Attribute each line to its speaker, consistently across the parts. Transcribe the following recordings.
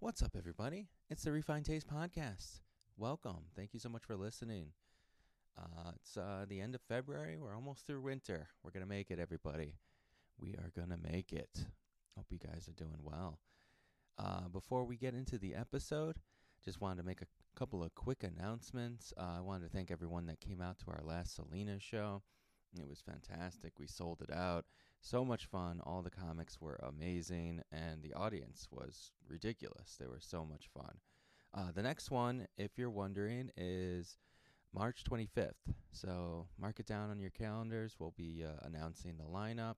Speaker 1: What's up, everybody? It's the Refined Taste Podcast. Welcome. Thank you so much for listening. Uh, it's uh, the end of February. We're almost through winter. We're going to make it, everybody. We are going to make it. Hope you guys are doing well. Uh, before we get into the episode, just wanted to make a couple of quick announcements. Uh, I wanted to thank everyone that came out to our last Selena show. It was fantastic. We sold it out. So much fun. All the comics were amazing, and the audience was ridiculous. They were so much fun. Uh, the next one, if you're wondering, is March 25th. So mark it down on your calendars. We'll be uh, announcing the lineup,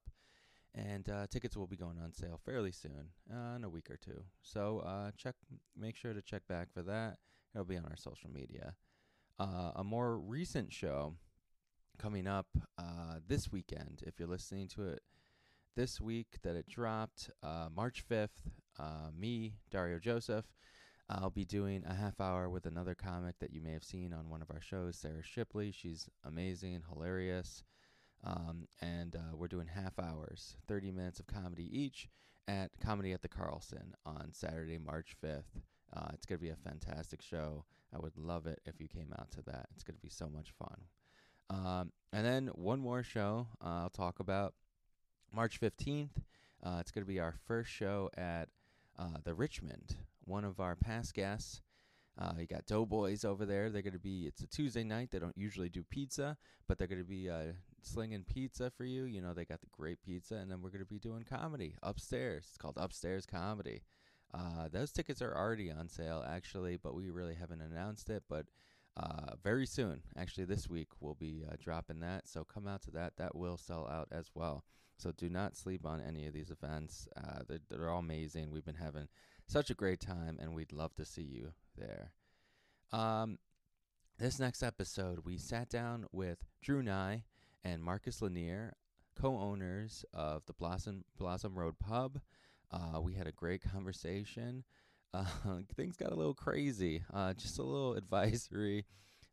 Speaker 1: and uh, tickets will be going on sale fairly soon, uh, in a week or two. So uh, check, make sure to check back for that. It'll be on our social media. Uh, a more recent show coming up uh, this weekend. If you're listening to it this week, that it dropped uh, March 5th. Uh, me, Dario Joseph, I'll be doing a half hour with another comic that you may have seen on one of our shows, Sarah Shipley. She's amazing, hilarious. Um, and uh, we're doing half hours, 30 minutes of comedy each at Comedy at the Carlson on Saturday, March 5th. Uh, it's going to be a fantastic show. I would love it if you came out to that. It's going to be so much fun. Um, and then one more show uh, I'll talk about March 15th. Uh, it's going to be our first show at uh, the Richmond, one of our past guests. Uh, you got Doughboys over there. They're going to be, it's a Tuesday night. They don't usually do pizza, but they're going to be uh, slinging pizza for you. You know, they got the great pizza. And then we're going to be doing comedy upstairs. It's called Upstairs Comedy. Uh, those tickets are already on sale, actually, but we really haven't announced it. But uh, very soon, actually, this week, we'll be uh, dropping that. So come out to that. That will sell out as well. So do not sleep on any of these events. Uh, they're, they're all amazing. We've been having such a great time, and we'd love to see you there. Um, this next episode, we sat down with Drew Nye and Marcus Lanier, co-owners of the Blossom Blossom Road Pub. Uh, we had a great conversation. Uh, things got a little crazy. Uh, just a little advisory.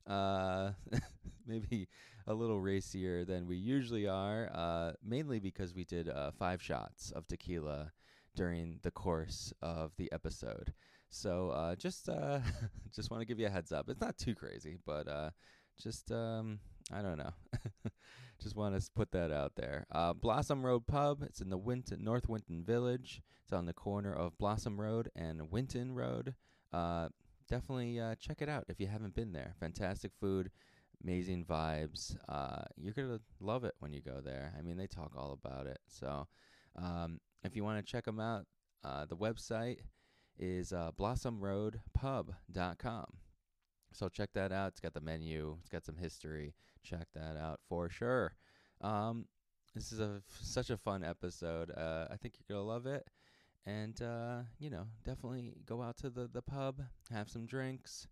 Speaker 1: Uh, maybe a little racier than we usually are, uh, mainly because we did uh, five shots of tequila during the course of the episode. So uh, just uh, just want to give you a heads up. It's not too crazy, but uh, just um, I don't know. just want to put that out there. Uh, Blossom Road Pub. It's in the Winton, North Winton Village. It's on the corner of Blossom Road and Winton Road. Uh, definitely uh, check it out if you haven't been there. Fantastic food, amazing vibes. Uh, you're gonna love it when you go there. I mean, they talk all about it. So, um, if you want to check them out, uh, the website is uh, blossomroadpub.com. So check that out. It's got the menu. It's got some history. Check that out for sure. Um, this is a such a fun episode. Uh, I think you're gonna love it. And uh, you know, definitely go out to the the pub, have some drinks,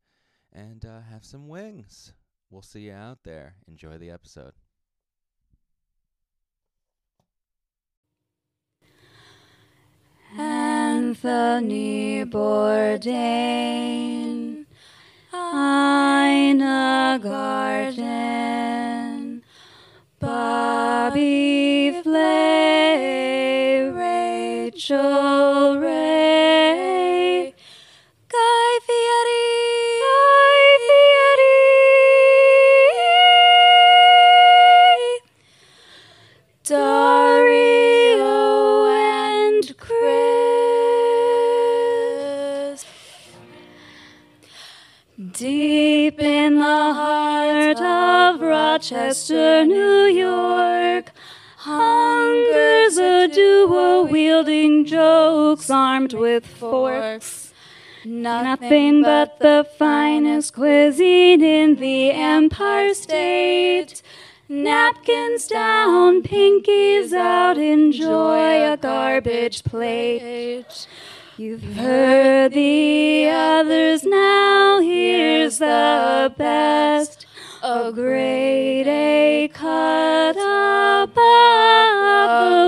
Speaker 1: and uh, have some wings. We'll see you out there. Enjoy the episode.
Speaker 2: Anthony Bourdain, Ina Garden, Bobby Flay, Rachel Ray, Guy Fieri, Guy Fieri. Dario and Chris. Deep in the heart of Rochester, New York, hungers a duo wielding jokes armed with forks. Nothing but the finest cuisine in the Empire State. Napkins down, pinkies out, enjoy a garbage plate. You've heard the others, now here's the best. A grade A cut above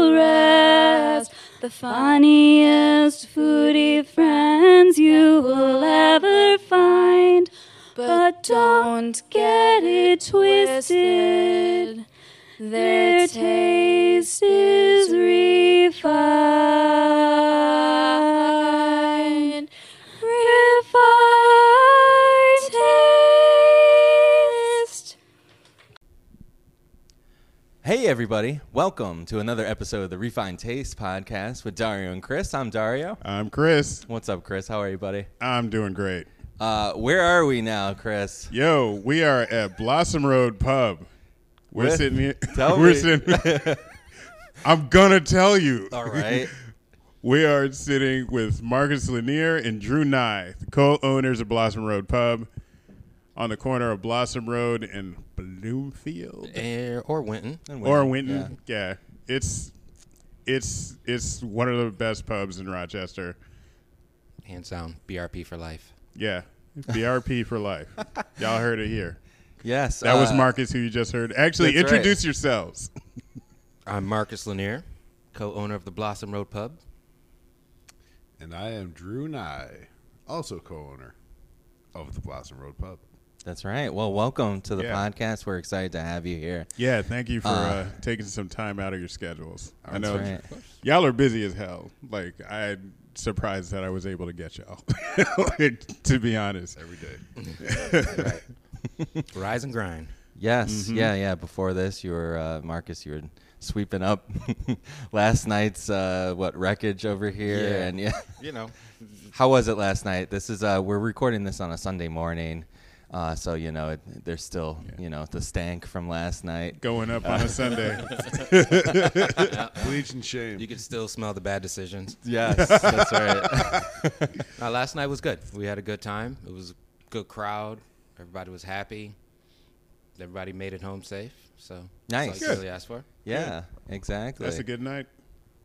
Speaker 2: the rest. The funniest foodie friends you will ever find. But don't get it twisted. their taste is refined. Refined taste.
Speaker 1: Hey, everybody. Welcome to another episode of the Refined Taste Podcast with Dario and Chris. I'm Dario.
Speaker 3: I'm Chris.
Speaker 1: What's up, Chris? How are you, buddy?
Speaker 3: I'm doing great.
Speaker 1: Uh, where are we now, Chris?
Speaker 3: Yo, we are at Blossom Road Pub. We're
Speaker 1: What?
Speaker 3: sitting here.
Speaker 1: Tell
Speaker 3: we're
Speaker 1: me.
Speaker 3: sitting. I'm gonna tell you.
Speaker 1: All right.
Speaker 3: we are sitting with Marcus Lanier and Drew Nye, the co-owners of Blossom Road Pub, on the corner of Blossom Road and Bloomfield
Speaker 4: Air or Winton.
Speaker 3: or Winton. Yeah. it's it's it's one of the best pubs in Rochester.
Speaker 4: Hands down, BRP for life.
Speaker 3: Yeah, BRP for life. Y'all heard it here.
Speaker 1: Yes.
Speaker 3: That was
Speaker 1: uh,
Speaker 3: Marcus, who you just heard. Actually,
Speaker 1: that's right.
Speaker 3: introduce yourselves.
Speaker 4: I'm Marcus Lanier, co owner of the Blossom Road Pub.
Speaker 5: And I am Drew Nye, also co owner of the Blossom Road Pub.
Speaker 1: That's right. Well, welcome to the
Speaker 3: Yeah.
Speaker 1: podcast. We're excited to have you here.
Speaker 3: Yeah, thank you for uh,
Speaker 1: Uh,
Speaker 3: taking some time out of your schedules. I know
Speaker 1: right.
Speaker 3: y'all are busy as hell. Like I'm surprised that I was able to get y'all. to be honest, every day.
Speaker 4: Rise and grind.
Speaker 1: Yes.
Speaker 3: Mm-hmm.
Speaker 1: Yeah. Yeah. Before this, you were uh, Marcus. You were sweeping up last night's uh, what wreckage over here,
Speaker 4: Yeah.
Speaker 1: and yeah.
Speaker 4: You know,
Speaker 1: How was it last night? This is uh, we're recording this on a Sunday morning, uh, so you know it, there's still you know the stank from last night.
Speaker 3: Going up on a Sunday.
Speaker 5: Bleach and shame.
Speaker 4: you can still smell the bad decisions.
Speaker 1: Yes, that's right.
Speaker 4: Now, last night was good. We had a good time. It was a good crowd. Everybody was happy. Everybody made it home safe. So that's all
Speaker 1: Nice.
Speaker 4: you
Speaker 1: Good.
Speaker 4: can really ask for.
Speaker 1: Yeah, exactly.
Speaker 3: That's a good night.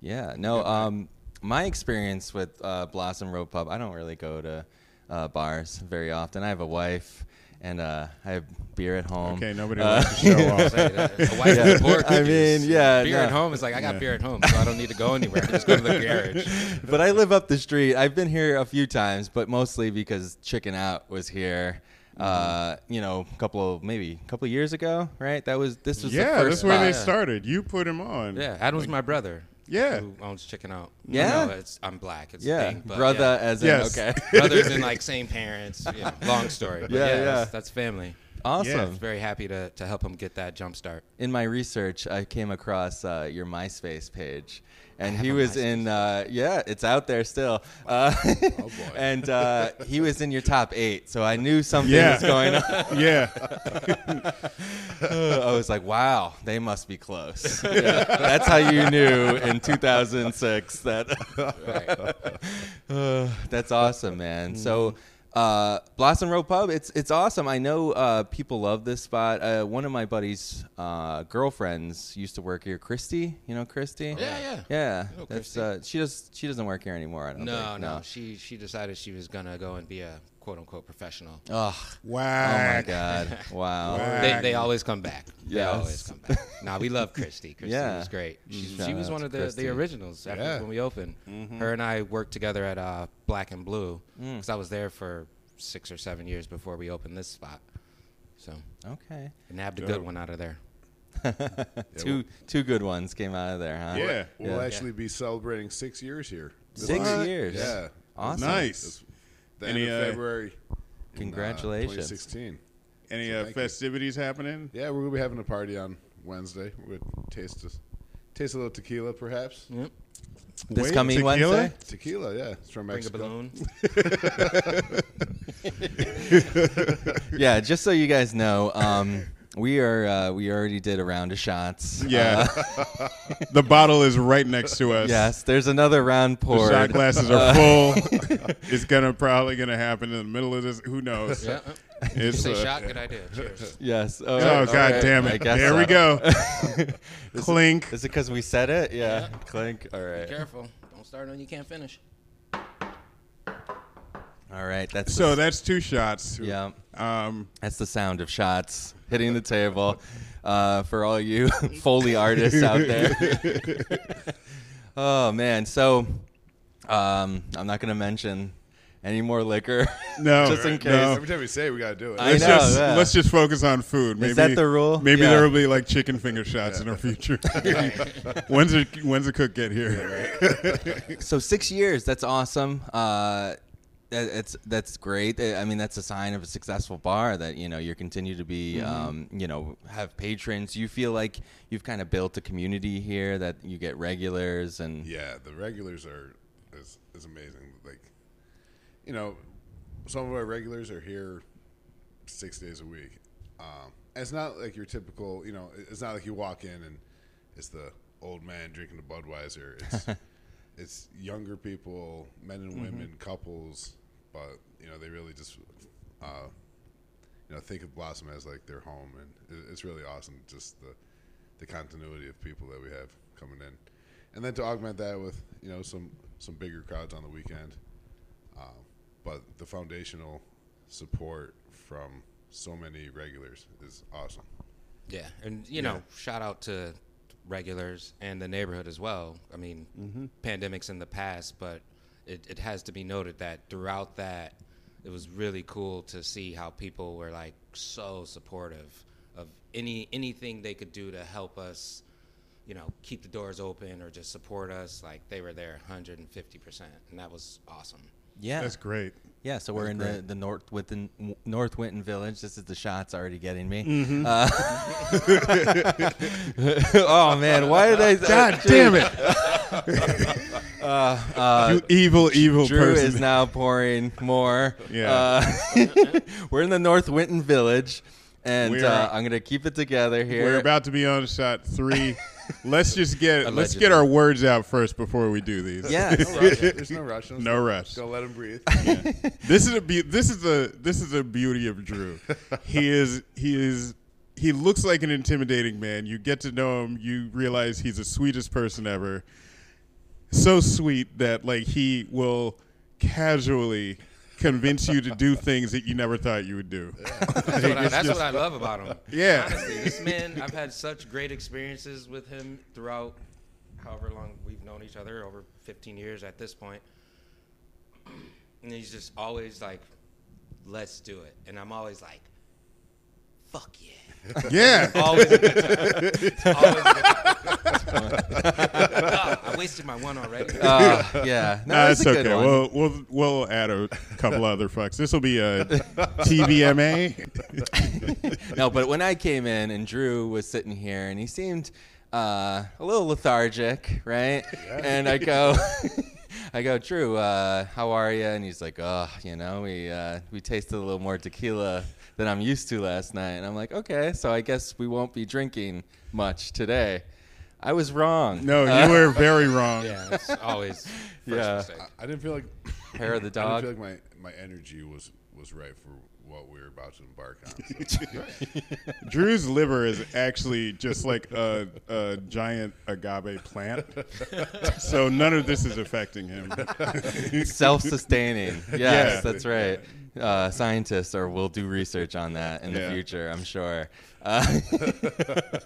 Speaker 1: Yeah. No. Um, my experience with uh, Blossom Road Pub, I don't really go to uh, bars very often. I have a wife, and uh, I have beer at home.
Speaker 3: Okay, nobody
Speaker 1: Uh,
Speaker 3: wants to show off.
Speaker 4: Say that. uh, A wife and pork
Speaker 1: I
Speaker 4: is-
Speaker 1: mean, yeah,
Speaker 4: Beer
Speaker 1: no.
Speaker 4: at home is like I got beer at home, so I don't need to go anywhere. I can just go to the garage.
Speaker 1: but I live up the street. I've been here a few times, but mostly because Chicken Out was here. Uh, you know, a couple of maybe a couple of years ago, right? That was this was
Speaker 3: yeah,
Speaker 1: the
Speaker 3: that's
Speaker 1: first
Speaker 3: where
Speaker 1: spot.
Speaker 3: they started. You put him on.
Speaker 4: Yeah, Adam's my brother.
Speaker 3: Yeah.
Speaker 4: who owns Chicken Out.
Speaker 1: Yeah.
Speaker 4: no, it's, I'm black. It's a
Speaker 1: Yeah,
Speaker 4: thing, but
Speaker 1: brother
Speaker 4: yeah.
Speaker 1: as
Speaker 3: Yes.
Speaker 1: in okay,
Speaker 4: brothers and like same parents. Yeah, long story. But
Speaker 1: Yeah,
Speaker 4: yeah,
Speaker 1: yeah.
Speaker 4: That's, that's family.
Speaker 1: awesome.
Speaker 4: Very happy to, to help him get that jump start.
Speaker 1: in my research, I came across uh, your MySpace page, and
Speaker 4: have
Speaker 1: he
Speaker 4: a Oh,
Speaker 1: was in. Uh, yeah, it's out there still. Uh,
Speaker 5: boy.
Speaker 1: and uh, he was in your top eight, so I knew something
Speaker 3: Yeah.
Speaker 1: was going on. Oh
Speaker 3: yeah.
Speaker 1: I was like, "Wow, they must be close." Yeah. That's how you knew in 2006 that.
Speaker 4: Right.
Speaker 1: Uh, that's awesome, man.
Speaker 4: Mm-hmm.
Speaker 1: So, uh, Blossom Road Pub, it's it's awesome. I know uh, people love this spot. Uh, one of my buddies' uh, girlfriends used to work here, Christy. You know Christy?
Speaker 4: Oh, Yeah, yeah.
Speaker 1: yeah.
Speaker 4: I know
Speaker 1: That's
Speaker 4: Christy.
Speaker 1: uh, she does. She doesn't work here anymore. I don't
Speaker 4: no,
Speaker 1: think.
Speaker 4: no, She she decided she was gonna go and be a quote unquote professional.
Speaker 1: Ugh. Oh my
Speaker 3: Whack.
Speaker 1: God! Wow.
Speaker 3: Whack.
Speaker 4: They, they always come back.
Speaker 1: Yes.
Speaker 4: They always come back. Now we love Christy. Christy
Speaker 1: Yeah. Mm-hmm.
Speaker 4: was great. She,
Speaker 1: Shout
Speaker 4: she was
Speaker 1: out
Speaker 4: one
Speaker 1: to
Speaker 4: of the,
Speaker 1: Christy. Mm-hmm.
Speaker 4: the originals after
Speaker 5: Yeah.
Speaker 4: when we opened. Her and I worked together at uh, Black and Blue
Speaker 1: Mm.
Speaker 4: because I was there for six or seven years before we opened this spot. So
Speaker 1: Okay.
Speaker 4: I nabbed a
Speaker 3: Dope.
Speaker 4: good one out of there.
Speaker 1: two two good ones came out of there, huh?
Speaker 3: Yeah.
Speaker 5: We'll actually be celebrating six years here. This
Speaker 1: Six
Speaker 5: month.
Speaker 1: years.
Speaker 5: Yeah.
Speaker 1: Awesome.
Speaker 3: Nice.
Speaker 5: The
Speaker 3: Any,
Speaker 5: end of
Speaker 3: uh,
Speaker 5: February. in, uh,
Speaker 1: Congratulations.
Speaker 5: 2016.
Speaker 3: Any
Speaker 5: So
Speaker 3: uh,
Speaker 5: thank you.
Speaker 3: festivities happening?
Speaker 5: Yeah, we're going to be having a party on Wednesday. We'll taste, a- taste a little tequila, perhaps.
Speaker 4: Yep.
Speaker 1: This
Speaker 3: Wait,
Speaker 1: coming
Speaker 3: tequila?
Speaker 1: Wednesday.
Speaker 5: Tequila, yeah. It's from
Speaker 4: Bring a
Speaker 5: Mexico.
Speaker 4: balloon.
Speaker 1: yeah, just so you guys know, um, we are uh, we already did a round of shots. Uh,
Speaker 3: Yeah. the bottle is right next to us.
Speaker 1: Yes, there's another round
Speaker 3: The
Speaker 1: poured. Uh,
Speaker 3: shot glasses are full. it's gonna probably gonna happen in the middle of this. Who knows?
Speaker 4: yeah.
Speaker 3: It's
Speaker 4: Say
Speaker 3: uh,
Speaker 4: shot. Good idea. Cheers.
Speaker 1: Yes.
Speaker 3: Oh god damn it! There we go. Clink.
Speaker 1: Is it because we said it? Yeah. Clink. All
Speaker 4: Be
Speaker 1: right.
Speaker 4: careful. Don't start on you can't finish.
Speaker 1: All right. That's
Speaker 3: So
Speaker 1: the-
Speaker 3: that's two shots.
Speaker 1: yeah.
Speaker 3: Um.
Speaker 1: That's the sound of shots hitting the table. Uh, for all you Foley artists out there. oh man. So, um, I'm not gonna mention any more liquor.
Speaker 3: No,
Speaker 1: just in
Speaker 3: no.
Speaker 1: case.
Speaker 5: Every time we say it, we gotta do it.
Speaker 1: I
Speaker 3: Let's
Speaker 1: know,
Speaker 3: just
Speaker 1: yeah.
Speaker 3: let's just focus on food. Maybe,
Speaker 1: Is that the rule?
Speaker 3: Maybe
Speaker 1: Yeah.
Speaker 3: there will be like chicken finger shots in our future. when's the when's the cook get here?
Speaker 1: so six years that's awesome uh that- it's that's great i mean that's a sign of a successful bar that you know you continue to be um, you know have patrons you feel like you've kind of built a community here that you get regulars and
Speaker 5: Yeah, the regulars are is is amazing. Like, you know, some of our regulars are here six days a week. Um, and it's not like your typical. You know, it- it's not like you walk in and it's the old man drinking the Budweiser. It's it's younger people, men and women, couples, but you know they really just. Uh, you know, think of Blossom as like their home, and it, it's really awesome. Just the the continuity of people that we have coming in, and then to augment that with you know some some bigger crowds on the weekend, um, but the foundational support from so many regulars is awesome.
Speaker 4: Yeah, and you know, shout out to regulars and the neighborhood as well. I mean, pandemics in the past, but it, it has to be noted that throughout that, it was really cool to see how people were like so supportive of any anything they could do to help us, you know, keep the doors open or just support us. Like they were there 150 percent, and that was awesome.
Speaker 1: yeah
Speaker 3: That's great.
Speaker 1: yeah so we're in the, the north within north winton village this is the shots already getting me
Speaker 3: Mm-hmm.
Speaker 1: uh, oh man why did i
Speaker 3: God damn it!
Speaker 4: Uh,
Speaker 3: you evil, evil
Speaker 1: uh, Drew
Speaker 3: person.
Speaker 1: is now pouring more.
Speaker 3: Yeah.
Speaker 1: Uh, we're in the North Winton Village, and
Speaker 3: We're-
Speaker 1: uh, I'm gonna keep it together here.
Speaker 3: We're about to be on shot three. let's just get let's
Speaker 4: Allegedly.
Speaker 3: get our words out first before we do these.
Speaker 1: Yes.
Speaker 5: No rush. There's no rush.
Speaker 3: No rush.
Speaker 5: Go let them breathe.
Speaker 3: This is a be- this is a this is a beauty of Drew. He is he is he looks like an intimidating man. You get to know him, you realize he's the sweetest person ever. So sweet that like he will casually convince you to do things that you never thought you would do.
Speaker 4: That's, what I, that's what I love about him.
Speaker 3: Yeah.
Speaker 4: Honestly, this man, I've had such great experiences with him throughout however long we've known each other, over 15 years at this point. And he's just always like, let's do it. And I'm always like, fuck yeah.
Speaker 3: yeah.
Speaker 4: Always a good time. Always a good time. Ah, I wasted my one already.
Speaker 1: Uh, yeah. No,
Speaker 3: Nah,
Speaker 1: that's
Speaker 3: it's
Speaker 1: a good
Speaker 3: okay.
Speaker 1: one.
Speaker 3: We'll we'll we'll add a couple other fucks. This will be a TVMA.
Speaker 1: no, but when I came in and Drew was sitting here and he seemed uh, a little lethargic, right? And I go, I go, Drew, uh, how are you? And he's like, oh, you know, we uh, we tasted a little more tequila than I'm used to last night. And I'm like, okay, so I guess we won't be drinking much today. I was wrong. Uh,
Speaker 3: No, you were very wrong.
Speaker 4: yeah, it's always first
Speaker 1: Yeah.
Speaker 4: mistake.
Speaker 5: I didn't feel like
Speaker 1: Hair of the
Speaker 5: I
Speaker 1: dog.
Speaker 5: didn't feel like my my energy was was right for what we were about to embark on. So
Speaker 3: Drew's liver is actually just like a, a giant agave plant. So none of this is affecting him.
Speaker 1: self-sustaining. Yes,
Speaker 3: Yeah.
Speaker 1: that's right. Uh, scientists or will do research on that in
Speaker 3: Yeah.
Speaker 1: the future, I'm sure. Uh,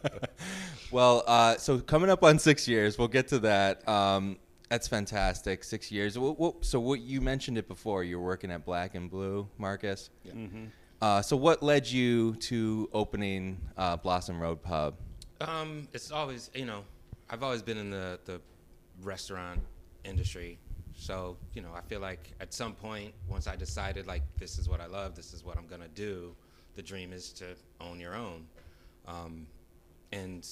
Speaker 1: well, uh, so coming up on six years, we'll get to that. Um, that's fantastic. Six years. Wh- wh- so what you mentioned it before. you were working at Black and Blue, Marcus.
Speaker 4: Mm-hmm.
Speaker 1: Uh, so what led you to opening uh, Blossom Road Pub?
Speaker 4: Um, it's always you know, I've always been in the the restaurant industry, so you know, I feel like at some point, once I decided like this is what I love, this is what I'm gonna do, the dream is to own your own, um, and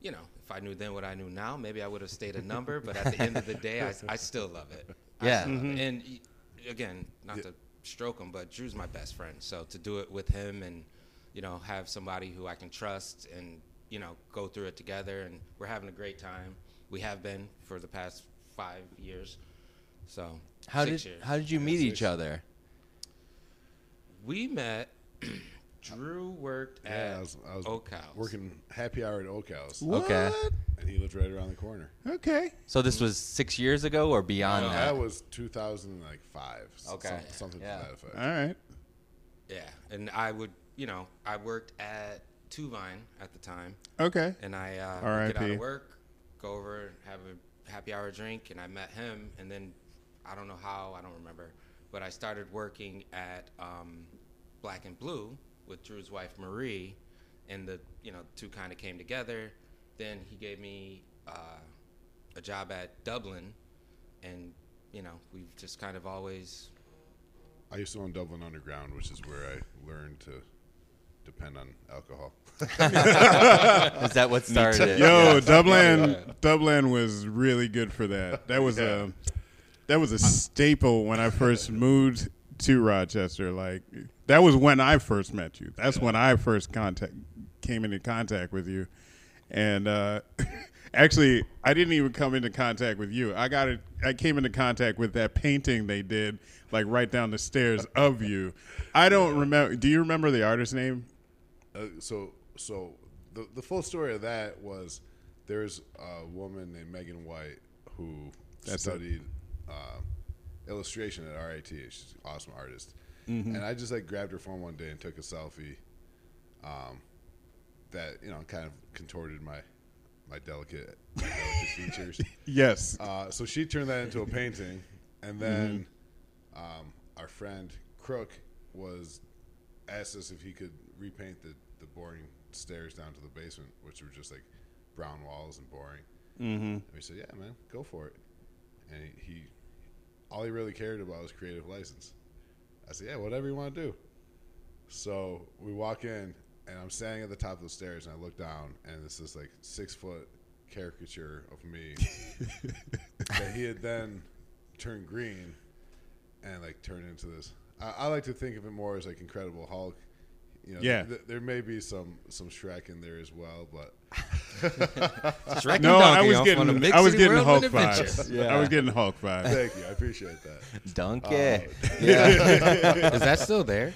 Speaker 4: you know, if I knew then what I knew now, maybe I would have stayed a number. But at the end of the day, I, I still love it. I
Speaker 1: Yeah.
Speaker 4: still love it. And y- again, not to stroke him, but Drew's my best friend. So to do it with him and, you know, have somebody who I can trust and, you know, go through it together. And we're having a great time. We have been for the past five years. So
Speaker 1: How
Speaker 4: six
Speaker 1: did
Speaker 4: years.
Speaker 1: how did you meet each other?
Speaker 4: we met? Drew worked at
Speaker 5: yeah, I was, I was
Speaker 4: Oakhouse.
Speaker 5: working happy hour at Oakhouse,
Speaker 1: Okay.
Speaker 5: and he lived right around the corner.
Speaker 3: Okay.
Speaker 1: So this was six years ago or beyond
Speaker 4: No,
Speaker 1: that?
Speaker 5: Oh, That was 2005. s-
Speaker 4: Okay.
Speaker 5: some- something
Speaker 1: Yeah.
Speaker 5: to that effect.
Speaker 3: All right.
Speaker 4: Yeah, and I would, you know, I worked at Tuvine at the time,
Speaker 3: Okay.
Speaker 4: and I uh, would
Speaker 3: R.I.P..
Speaker 4: get out of work, go over, have a happy hour drink, and I met him, and then I don't know how, I don't remember, but I started working at um, Black and Blue with Drew's wife Marie, and the you know two kind of came together. Then he gave me uh, a job at Dublin, and you know we've just kind of always
Speaker 5: I used to own Dublin Underground, which is where I learned to depend on alcohol.
Speaker 1: Is that what started it?
Speaker 3: Yo, Dublin, Dublin was really good for that. That was a that was a staple when I first moved to Rochester. Like that was when I first met you. That's when I first contact came into contact with you. And uh, actually, I didn't even come into contact with you. I got it. I came into contact with that painting they did, like right down the stairs of you. I don't remember. Do you remember the artist's name?
Speaker 5: Uh, so so the the full story of that was there's a woman named Megan White who
Speaker 3: That's it.
Speaker 5: studied uh, illustration at RIT. She's an awesome artist,
Speaker 3: Mm-hmm.
Speaker 5: and I just like grabbed her phone one day and took a selfie. Um, that you know kind of contorted my my delicate, my delicate features.
Speaker 3: Yes.
Speaker 5: Uh, so she turned that into a painting, and then um, our friend Crook was asked us if he could repaint the, the boring stairs down to the basement, which were just like brown walls and boring. Mm-hmm. And we said, "Yeah, man, go for it." And he, he, all he really cared about was creative license. I said, "Yeah, whatever you want to do." So we walk in, and I'm standing at the top of the stairs, and I look down, and it's this like six foot caricature of me that he had then turned green and like turned into this. I, I like to think of it more as like Incredible Hulk. You know,
Speaker 3: Yeah.
Speaker 5: th- there may be some some Shrek in there as well, but
Speaker 4: Shrek
Speaker 3: No,
Speaker 4: and
Speaker 3: I
Speaker 4: Donkey
Speaker 3: was
Speaker 4: Kong on a
Speaker 3: getting
Speaker 4: Big
Speaker 3: I was
Speaker 4: City
Speaker 3: getting
Speaker 4: Whirlwind
Speaker 3: Hulk
Speaker 4: Adventure.
Speaker 3: vibes. I was getting Hulk vibes.
Speaker 5: thank you, I appreciate that. Um,
Speaker 1: Donkey.
Speaker 3: Oh.
Speaker 4: Yeah. Is that still there?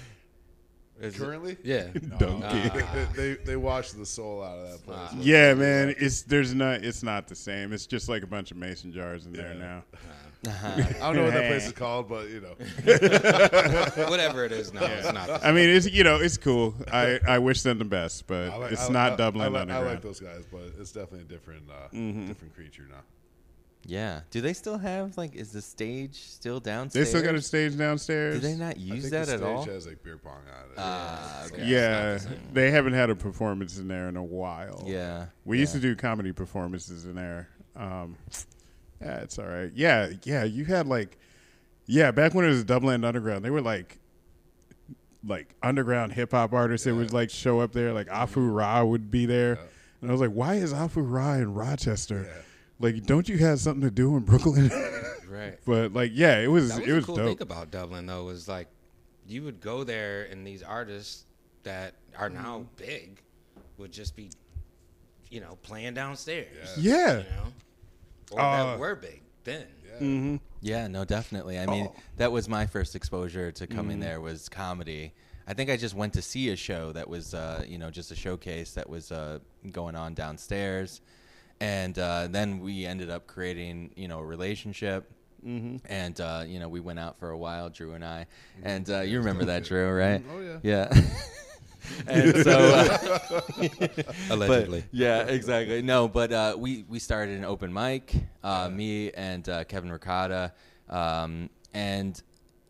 Speaker 4: Is it-
Speaker 5: Currently,
Speaker 4: yeah.
Speaker 3: Donkey.
Speaker 5: they, they they washed the soul out of that place.
Speaker 3: Yeah, man, it's there's not it's not the same. It's just like a bunch of mason jars in there now.
Speaker 5: I don't know what that place is called, but you know,
Speaker 4: Whatever it is now, it's not. The
Speaker 3: I mean, it's you know, it's cool. I, I wish them the best, but
Speaker 5: I like-
Speaker 3: it's
Speaker 5: I-
Speaker 3: not
Speaker 5: I-
Speaker 3: Dublin
Speaker 5: I, like- I
Speaker 3: Underground. Mm-hmm.
Speaker 5: like those guys, but it's definitely a different uh, different creature now.
Speaker 1: Yeah. Do they still have like? Is the stage still
Speaker 3: they
Speaker 1: downstairs?
Speaker 3: still got a stage downstairs.
Speaker 1: Do they not
Speaker 5: I
Speaker 1: use
Speaker 5: think
Speaker 1: that
Speaker 5: the
Speaker 1: at
Speaker 5: stage
Speaker 1: all?
Speaker 5: has like beer pong on it.
Speaker 1: Ah, okay.
Speaker 3: Yeah, they haven't had a performance in there in a while.
Speaker 1: Yeah.
Speaker 3: we used
Speaker 1: yeah.
Speaker 3: to do comedy performances in there. Um, yeah, it's all right. Yeah, yeah, you had like, yeah, back when it was Dublin Underground, they were like, like underground hip hop artists that would like show up there. Like Afu Ra would be there, and I was like, why is Afu Ra in Rochester? Like, don't you have something to do in Brooklyn?
Speaker 4: right.
Speaker 3: but like, yeah, it was,
Speaker 4: That was
Speaker 3: it
Speaker 4: the
Speaker 3: was
Speaker 4: cool
Speaker 3: dope.
Speaker 4: thing about Dublin though was like you would go there and these artists that are now
Speaker 3: Mm-hmm.
Speaker 4: big would just be, you know, playing downstairs.
Speaker 3: yeah,
Speaker 4: You know, or
Speaker 3: Uh,
Speaker 4: that were big then.
Speaker 1: Yeah, no, definitely. I mean, that was my first exposure to coming there was comedy. I think I just went to see a show that was, uh, you know, just a showcase that was uh, going on downstairs, and uh, then we ended up creating, you know, a relationship. Mm-hmm. And uh, you know, we went out for a while, Drew and I, and uh, you remember that, Drew, right?
Speaker 5: Oh, yeah.
Speaker 1: Mm-hmm. Yeah. and so. Uh,
Speaker 4: Allegedly.
Speaker 1: but, yeah, exactly. No, but uh, we we started an open mic. Uh, Me and uh, Kevin Ricotta, um, and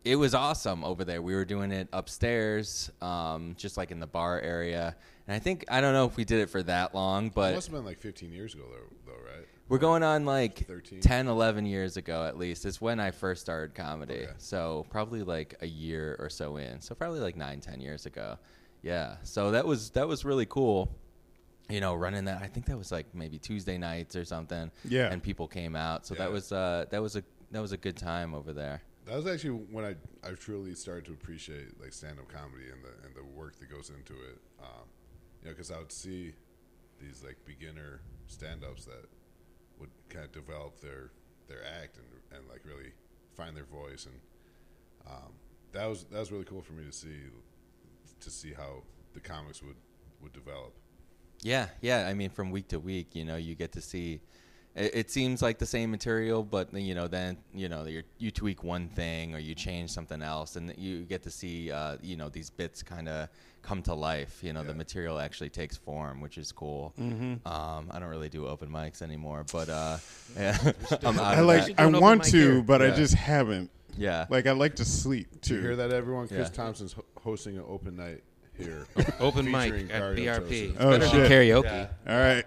Speaker 1: it was awesome over there. We were doing it upstairs, um, just like in the bar area. And I think I don't know if we did it for that long,
Speaker 5: it
Speaker 1: but
Speaker 5: must have been like 15 years ago, though, though right?
Speaker 1: we're going on like
Speaker 5: 13.
Speaker 1: 10, 11 years ago at least. It's when I first started comedy.
Speaker 5: Okay.
Speaker 1: So probably like a year or so in. So probably like nine, ten years ago. Yeah. So that was that was really cool. You know, running that I think that was like maybe Tuesday nights or something.
Speaker 3: Yeah.
Speaker 1: And people came out. So
Speaker 5: Yeah.
Speaker 1: that was uh that was a that was a good time over there.
Speaker 5: That was actually when I, I truly started to appreciate like stand up comedy and the and the work that goes into it. Um, you know, because I would see these like beginner stand ups that would kind of develop their their act and and like really find their voice and um, that was that was really cool for me to see to see how the comics would would develop.
Speaker 1: Yeah, yeah. I mean, from week to week, you know, you get to see It, it seems like the same material, but you know, then you know, you're, you tweak one thing or you change something else, and you get to see uh, you know these bits kind of come to life. You know, the material actually takes form, which is cool. Um, I don't really do open mics anymore, but uh, yeah, I'm out
Speaker 3: I
Speaker 1: of
Speaker 3: like.
Speaker 1: that.
Speaker 4: should do
Speaker 3: I
Speaker 4: an open
Speaker 3: want
Speaker 4: mic
Speaker 3: to,
Speaker 4: here.
Speaker 3: but I
Speaker 1: Yeah.
Speaker 3: just haven't.
Speaker 1: yeah.
Speaker 3: Like I like to sleep too.
Speaker 5: You hear that, everyone? Chris
Speaker 1: Yeah.
Speaker 5: Thompson's ho- hosting an open night here.
Speaker 4: Open
Speaker 5: Featuring
Speaker 4: mic at
Speaker 5: Dario
Speaker 4: BRP. It's
Speaker 5: Tosin.
Speaker 3: Oh,
Speaker 4: better than
Speaker 3: shit.
Speaker 4: karaoke.
Speaker 3: All right.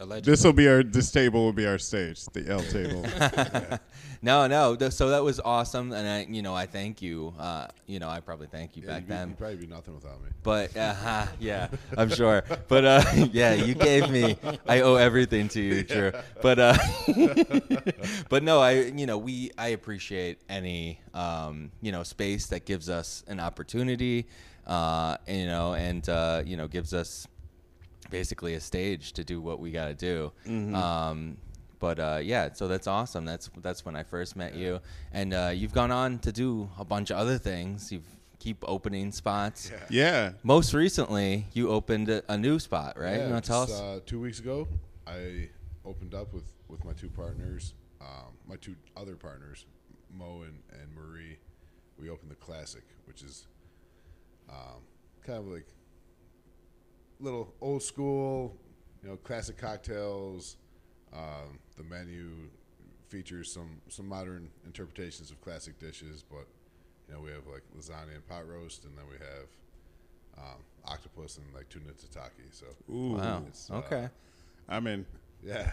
Speaker 4: Allegedly.
Speaker 3: This will be our. This table will be our stage. The L table.
Speaker 1: No, no. th- So that was awesome, and I, you know, I thank you. Uh, you know, I probably thank you
Speaker 5: Yeah,
Speaker 1: back
Speaker 5: you'd, be-
Speaker 1: then.
Speaker 5: you'd probably be nothing without me.
Speaker 1: But uh, ha, yeah, I'm sure. But uh, yeah, you gave me. I owe everything to you, Drew. But uh, but no, I you know we I appreciate any um, you know space that gives us an opportunity, uh, you know, and uh, you know gives us basically a stage to do what we got to do. Um, but uh, yeah, so that's awesome. That's that's when I first met you, and uh, you've gone on to do a bunch of other things. You've keep opening spots.
Speaker 3: yeah.
Speaker 1: Most recently, you opened a, a new spot, right?
Speaker 5: Yeah,
Speaker 1: you want to tell us?
Speaker 5: just, Uh, two weeks ago, I opened up with, with my two partners, um, my two other partners, Mo and, and Marie. We opened the classic, which is um, kind of like little old school, you know, classic cocktails. Um, the menu features some some modern interpretations of classic dishes, but you know, we have like lasagna and pot roast, and then we have um, octopus and like tuna tataki. So
Speaker 3: Ooh.
Speaker 1: wow.
Speaker 5: it's, uh,
Speaker 1: Okay.
Speaker 3: I'm in.
Speaker 5: yeah,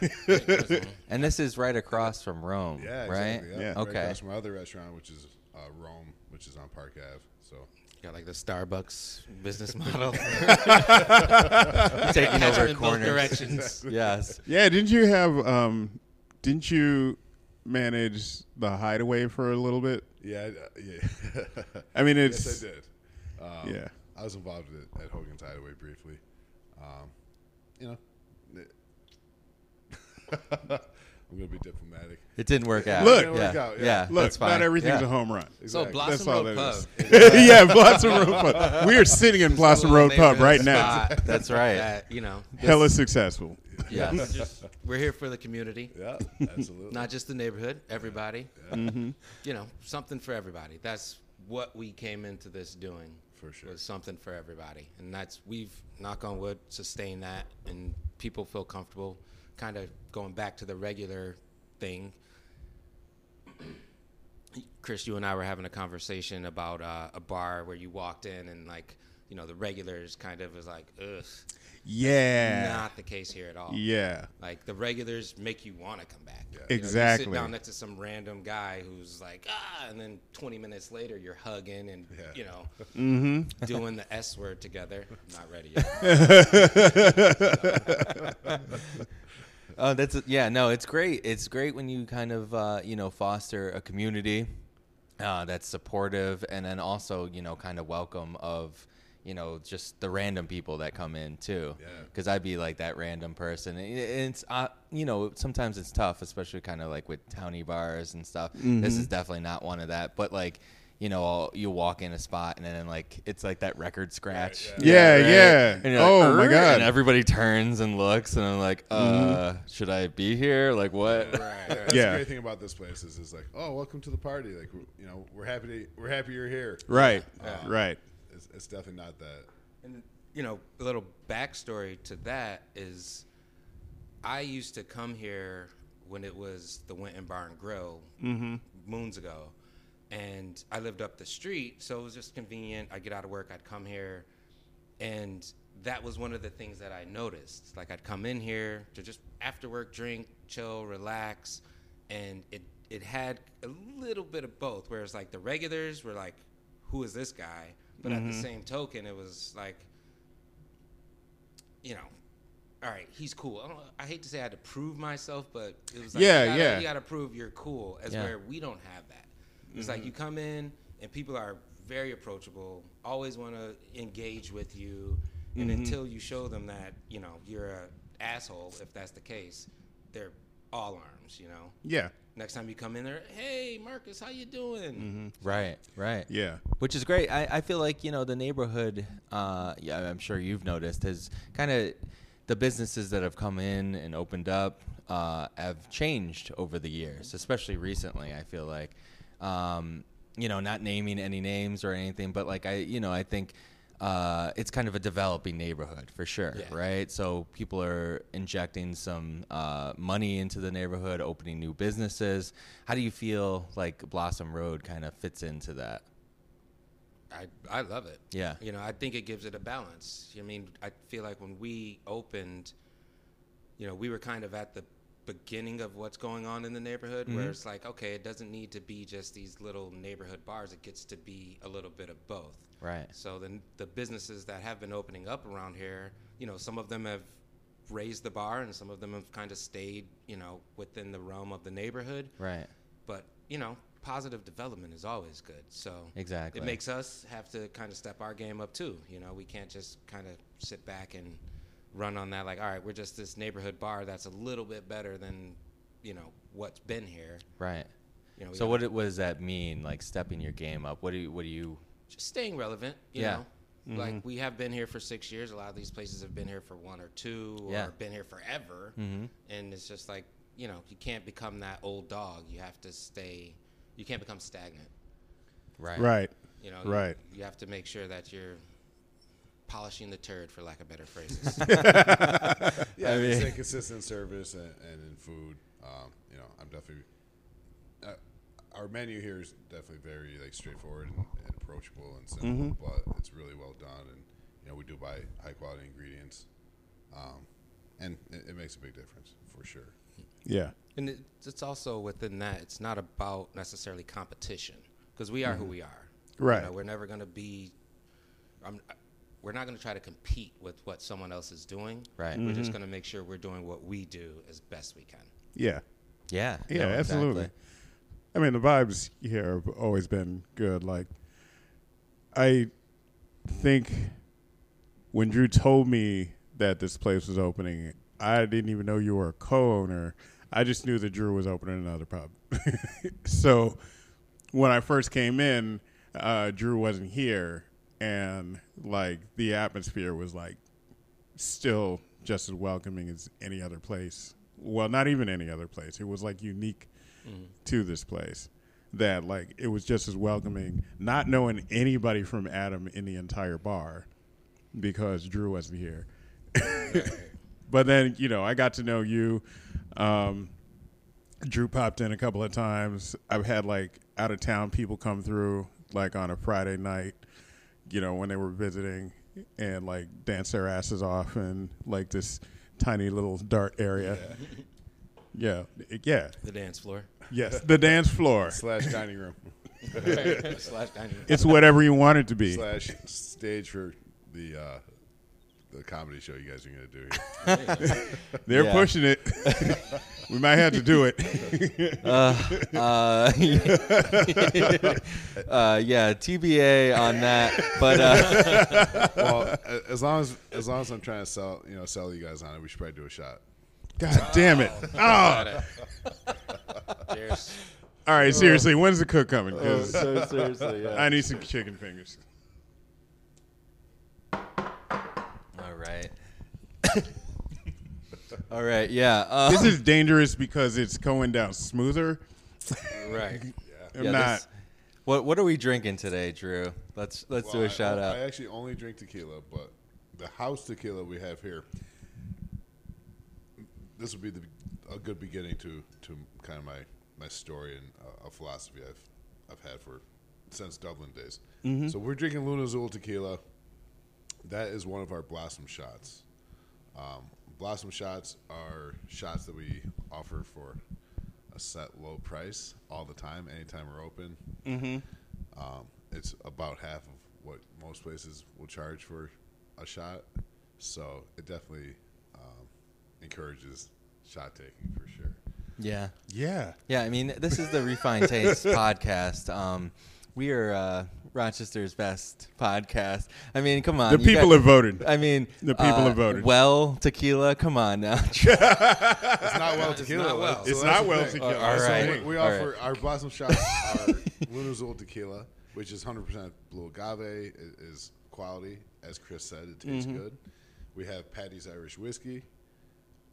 Speaker 1: and this is right across from Rome,
Speaker 5: yeah,
Speaker 1: right?
Speaker 5: Exactly.
Speaker 3: Yeah.
Speaker 5: Right
Speaker 1: Okay.
Speaker 5: across from my other restaurant, which is uh, Rome, which is on Park Ave. So
Speaker 4: Got like the Starbucks business model.
Speaker 1: You're Taking
Speaker 4: Catch 'em
Speaker 1: over
Speaker 4: in both
Speaker 1: corners.
Speaker 4: directions.
Speaker 1: Yes.
Speaker 3: Yeah. Didn't you have? Um. Didn't you manage the hideaway for a little bit?
Speaker 5: yeah, I- uh, yeah.
Speaker 3: I mean, it's.
Speaker 5: yes, I did. Um,
Speaker 3: Yeah.
Speaker 5: I was involved at, at Hogan's Hideaway briefly. Um, you know, it- I'm gonna be diplomatic.
Speaker 1: It didn't work out.
Speaker 3: Look. It
Speaker 5: didn't
Speaker 1: yeah.
Speaker 5: work out, yeah.
Speaker 1: that's
Speaker 3: Look,
Speaker 1: fine.
Speaker 3: not everything's
Speaker 1: yeah.
Speaker 3: a home run.
Speaker 4: So
Speaker 5: Exactly.
Speaker 4: Blossom
Speaker 3: all
Speaker 4: Road
Speaker 3: that
Speaker 4: Pub.
Speaker 3: is. yeah, Blossom Road Pub. We are sitting in Blossom Road Pub right now.
Speaker 4: Spot
Speaker 1: That's right.
Speaker 4: That, you know,
Speaker 3: Hella successful.
Speaker 1: Yes.
Speaker 4: just, we're here for the community,
Speaker 5: Yeah, absolutely.
Speaker 4: not just the neighborhood. Everybody, you know, something for everybody. That's what we came into this doing.
Speaker 5: For sure.
Speaker 4: was something for everybody, and that's we've knock on wood sustained that, and people feel comfortable. Kind of going back to the regular thing. Chris, you and I were having a conversation about uh, a bar where you walked in and like, you know, the regulars kind of was like, ugh,
Speaker 3: Yeah.
Speaker 4: not the case here at all.
Speaker 3: Yeah.
Speaker 4: Like the regulars make you want to come back. You know,
Speaker 3: Exactly.
Speaker 4: You sit down next to some random guy who's like ah, and then 20 minutes later you're hugging and
Speaker 5: Yeah. Mm-hmm.
Speaker 4: you know doing the S word together. Not ready yet.
Speaker 1: Oh, that's yeah. No, it's great. It's great when you kind of uh, you know foster a community uh, that's supportive, and then also you know kind of welcome of you know just the random people that come in too.
Speaker 5: Yeah.
Speaker 1: Because I'd be like that random person. And It's uh, you know sometimes it's tough, especially kind of like with towny bars and stuff. This is definitely not one of that, but like. You know, I'll- you walk in a spot and then like it's like that record scratch.
Speaker 3: Yeah, yeah.
Speaker 1: And you're like,
Speaker 3: Oh, my
Speaker 1: "Er,"
Speaker 3: God. Mm-hmm.
Speaker 1: And everybody turns and looks, and I'm like, uh, should I be here? Like, what?
Speaker 5: Right. That's
Speaker 3: Yeah.
Speaker 5: the great thing about this place is, is like, oh, welcome to the party. Like, we're, you know, we're happy. To, we're happy you're here.
Speaker 3: Right. Right.
Speaker 5: It's, it's definitely not that.
Speaker 4: and you know, a little backstory to that is I used to come here when it was the Winton Bar and Grill
Speaker 5: Mm-hmm.
Speaker 4: moons ago, and I lived up the street, so it was just convenient. I would get out of work, I'd come here, and that was one of the things that I noticed. Like I'd come in here to just after work drink, chill, relax, and it it had a little bit of both. Whereas like the regulars were like, "Who is this guy?" But at
Speaker 3: Mm-hmm.
Speaker 4: the same token, it was like you know, all right, he's cool. I, don't, I hate to say I had to prove myself, but it was like,
Speaker 3: Yeah,
Speaker 4: you gotta,
Speaker 3: yeah.
Speaker 4: you gotta prove you're cool. As
Speaker 1: Yeah.
Speaker 4: where we don't have that. It's like you come in and people are very approachable, always want to engage with you, and until you show them that you know you're a asshole, if that's the case, they're all arms. You know,
Speaker 3: Yeah.
Speaker 4: next time you come in there, hey Marcus, how you doing?
Speaker 1: Right, right.
Speaker 3: Yeah.
Speaker 1: Which is great. I, I feel like you know the neighborhood. Uh, yeah, I'm sure you've noticed has kind of the businesses that have come in and opened up uh, have changed over the years, especially recently. I feel like, um, you know, not naming any names or anything, but like I, you know, I think uh, it's kind of a developing neighborhood for sure,
Speaker 4: Yeah.
Speaker 1: right? So people are injecting some uh, money into the neighborhood, opening new businesses. How do you feel like Blossom Road kind of fits into that?
Speaker 4: I, I love it.
Speaker 1: Yeah.
Speaker 4: You know, I think it gives it a balance. I mean, I feel like when we opened, you know, we were kind of at the beginning of what's going on in the neighborhood
Speaker 1: Mm-hmm.
Speaker 4: where it's like, okay, it doesn't need to be just these little neighborhood bars. It gets to be a little bit of both.
Speaker 1: Right.
Speaker 4: So then the businesses that have been opening up around here, you know, some of them have raised the bar and some of them have kind of stayed, you know, within the realm of the neighborhood
Speaker 1: Right.
Speaker 4: but you know positive development is always good so
Speaker 1: Exactly.
Speaker 4: it makes us have to kind of step our game up too you know we can't just kind of sit back and run on that like all right we're just this neighborhood bar that's a little bit better than you know what's been here
Speaker 1: Right.
Speaker 4: you know we
Speaker 1: So
Speaker 4: gotta-
Speaker 1: what, it- what does that mean? Like stepping your game up. What do you, what do you?
Speaker 4: just staying relevant you
Speaker 1: Yeah. Mm-hmm.
Speaker 4: know like we have been here for six years a lot of these places have been here for one or two or
Speaker 1: Yeah. Mm-hmm.
Speaker 4: been here forever and it's just like you know you can't become that old dog you have to stay you can't become stagnant
Speaker 1: Right.
Speaker 3: Right.
Speaker 4: You know,
Speaker 3: Right.
Speaker 4: You, you have to make sure that you're polishing the turd, for lack of better phrases.
Speaker 5: Yeah, I mean,
Speaker 1: mean-
Speaker 5: it's like consistent service and, and in food. Um, you know, I'm definitely. Uh, our menu here is definitely very like straightforward and, and approachable and simple, but it's really well done. And you know, we do buy high quality ingredients, um, and it, it makes a big difference for sure.
Speaker 3: Yeah.
Speaker 4: and it, it's also within that, it's not about necessarily competition because we are who we are. You
Speaker 3: Mm-hmm. Right.
Speaker 4: know, we're never going to be, I'm, we're not going to try to compete with what someone else is doing.
Speaker 1: Right.
Speaker 4: We're
Speaker 3: Mm-hmm.
Speaker 4: just going to make sure we're doing what we do as best we can.
Speaker 3: Yeah.
Speaker 1: Yeah.
Speaker 3: Yeah,
Speaker 1: no,
Speaker 3: absolutely.
Speaker 1: exactly.
Speaker 3: I mean, the vibes here have always been good. Like, I think when Drew told me that this place was opening, I didn't even know you were a co-owner. I just knew that Drew was opening another pub. so when I first came in, uh, Drew wasn't here, and like the atmosphere was like still just as welcoming as any other place. Well, not even any other place. It was like unique to this place that like it was just as welcoming, not knowing anybody from Adam in the entire bar because Drew wasn't here. but then, you know, I got to know you. Um, Drew popped in a couple of times. I've had like out of town people come through like on a Friday night, you know, when they were visiting and like dance their asses off in like this tiny little dart area. Yeah. Yeah.
Speaker 4: The dance floor.
Speaker 3: Yes. The dance floor.
Speaker 5: Slash dining room,
Speaker 4: Slash dining.
Speaker 3: It's whatever you want it to be.
Speaker 5: slash stage for the uh, the comedy show you guys are gonna do here.
Speaker 3: They're
Speaker 1: Yeah.
Speaker 3: pushing it. we might have to do it.
Speaker 1: Uh, uh, yeah. TBA on that, but uh,
Speaker 5: well, a- as long as as long as I'm trying to sell you know sell you guys on it, we should probably do a shot.
Speaker 3: God damn it. Oh.
Speaker 4: There's
Speaker 3: All right, seriously, when's the cook coming? 'Cause
Speaker 1: Oh, seriously, yeah.
Speaker 3: I need some chicken fingers.
Speaker 1: All right. All right. Yeah. Uh,
Speaker 3: This is dangerous because it's going down smoother.
Speaker 4: right.
Speaker 3: I'm
Speaker 1: yeah,
Speaker 3: not.
Speaker 1: this- what What are we drinking today, Drew? Let's Let's do
Speaker 5: Well,
Speaker 1: a shout
Speaker 5: I,
Speaker 1: out.
Speaker 5: I actually only drink tequila, but the house tequila we have here, this would be the, a good beginning to to kind of my my story and uh, a philosophy I've I've had for since Dublin days.
Speaker 1: Mm-hmm.
Speaker 5: So we're drinking Luna Azul tequila. That is one of our blossom shots. Um, blossom shots are shots that we offer for a set low price all the time, anytime we're open. Um, it's about half of what most places will charge for a shot, so it definitely um, encourages shot taking for sure.
Speaker 1: yeah.
Speaker 3: Yeah.
Speaker 1: Yeah, I mean, this is the Refined Taste podcast. Um, we are uh, Rochester's best podcast. I mean, come on.
Speaker 3: The
Speaker 1: you
Speaker 3: people
Speaker 1: got-
Speaker 3: have voted.
Speaker 1: I mean,
Speaker 3: The people
Speaker 1: uh,
Speaker 3: have voted.
Speaker 1: Well, tequila, come on now.
Speaker 5: It's not well
Speaker 4: tequila, not well.
Speaker 3: It's not well tequila.
Speaker 1: All
Speaker 3: So
Speaker 1: right.
Speaker 5: We, we
Speaker 1: All
Speaker 5: offer our blossom shots are Luna Azul tequila,
Speaker 1: Mm-hmm.
Speaker 5: which is 100% blue agave. It is quality, as Chris said. It tastes good. We have Patty's Irish Whiskey,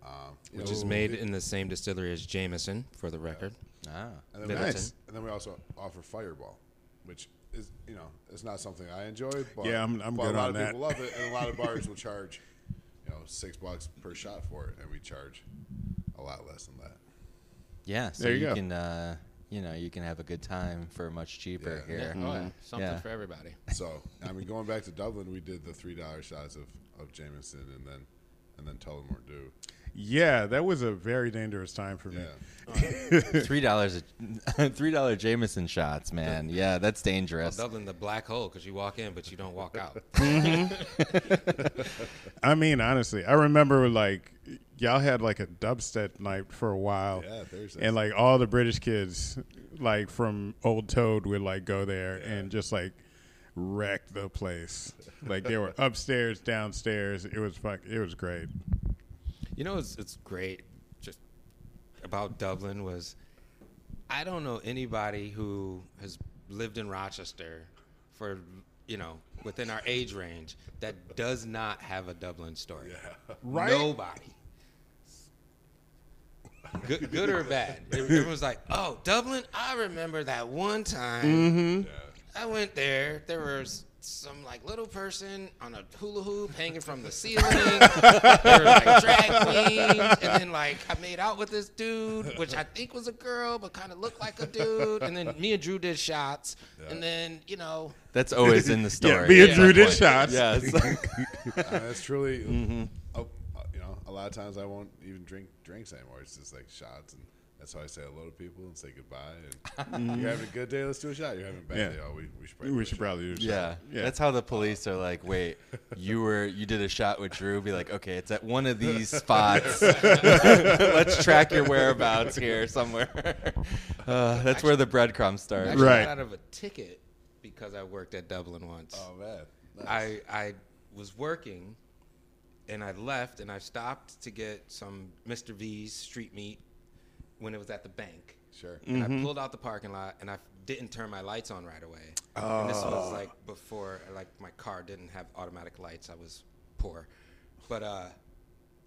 Speaker 5: um, you
Speaker 4: which
Speaker 5: know,
Speaker 3: Oh.
Speaker 4: is
Speaker 5: we
Speaker 4: made
Speaker 5: do-
Speaker 4: in the same distillery as Jameson, for the record.
Speaker 1: Ah,
Speaker 5: and then,
Speaker 4: Middleton.
Speaker 5: nice. and then we also offer Fireball, which is you know it's not something I enjoy, but
Speaker 3: Yeah, I'm- I'm
Speaker 5: but
Speaker 3: good
Speaker 5: a lot
Speaker 3: on
Speaker 5: of people
Speaker 3: that.
Speaker 5: love it, and a lot of bars will charge, you know, six bucks per shot for it, and we charge a lot less than that.
Speaker 1: yeah. So
Speaker 3: There you
Speaker 1: you,
Speaker 3: go.
Speaker 1: can, uh, you know, you can have a good time for much cheaper
Speaker 5: Yeah.
Speaker 1: here.
Speaker 4: Oh,
Speaker 3: Mm-hmm.
Speaker 4: yeah. Something
Speaker 1: Yeah.
Speaker 4: for everybody.
Speaker 5: So I mean, going back to Dublin, we did the three dollar shots of, of Jameson, and then and then Tullamore Dew.
Speaker 3: Yeah, that was a very dangerous time for me.
Speaker 5: Yeah,
Speaker 1: Three dollars, a- three dollar Jameson shots, man. Yeah, that's dangerous.
Speaker 5: Oh,
Speaker 4: Dublin, the black hole, because you walk in, but you don't walk out.
Speaker 3: I mean, honestly, I remember like y'all had like a dubstep night for a while.
Speaker 5: Yeah, Thursdays.
Speaker 3: And like all the British kids, like from Old Toad, would like go there and just like wreck the place. Like they were upstairs, downstairs. It was fuck. It was great.
Speaker 4: You know, it's it's great. Just about Dublin was, I don't know anybody who has lived in Rochester for you know within our age range that does not have a Dublin story.
Speaker 3: Right?
Speaker 4: Nobody. Good, good or bad. Everyone's like, oh, Dublin. I remember that one time. I went there. There was some like little person on a hula hoop hanging from the ceiling. there were like drag queens, and then like I made out with this dude, which I think was a girl, but kind of looked like a dude. And then me and Drew did shots, and then you know,
Speaker 1: That's always in the story.
Speaker 3: Yeah, me and
Speaker 4: Yeah.
Speaker 3: Drew did shots.
Speaker 1: Yes.
Speaker 5: I mean, that's truly. oh, uh, you know, a lot of times I won't even drink drinks anymore. It's just like shots, and that's how I say hello to people and say goodbye. And you're having a good day, let's do a shot. You're having a bad
Speaker 3: Yeah.
Speaker 5: day, oh, we, we should probably.
Speaker 3: We
Speaker 5: do a
Speaker 3: should
Speaker 5: shot.
Speaker 3: probably do. shots.
Speaker 1: Yeah.
Speaker 3: yeah.
Speaker 1: That's how the police are like, wait, you were you did a shot with Drew, be like, okay, it's at one of these spots. Let's track your whereabouts here somewhere. Uh, that's where the breadcrumbs
Speaker 4: I
Speaker 1: start.
Speaker 4: actually
Speaker 3: Right.
Speaker 4: got out of a ticket because I worked at Dublin once.
Speaker 5: Oh man, Nice.
Speaker 4: I I was working, and I left, and I stopped to get some Mr. V's street meat when it was at the bank.
Speaker 5: sure.
Speaker 4: And I pulled out the parking lot, and I didn't turn my lights on right away. And this was like before, like my car didn't have automatic lights. I was poor, but uh,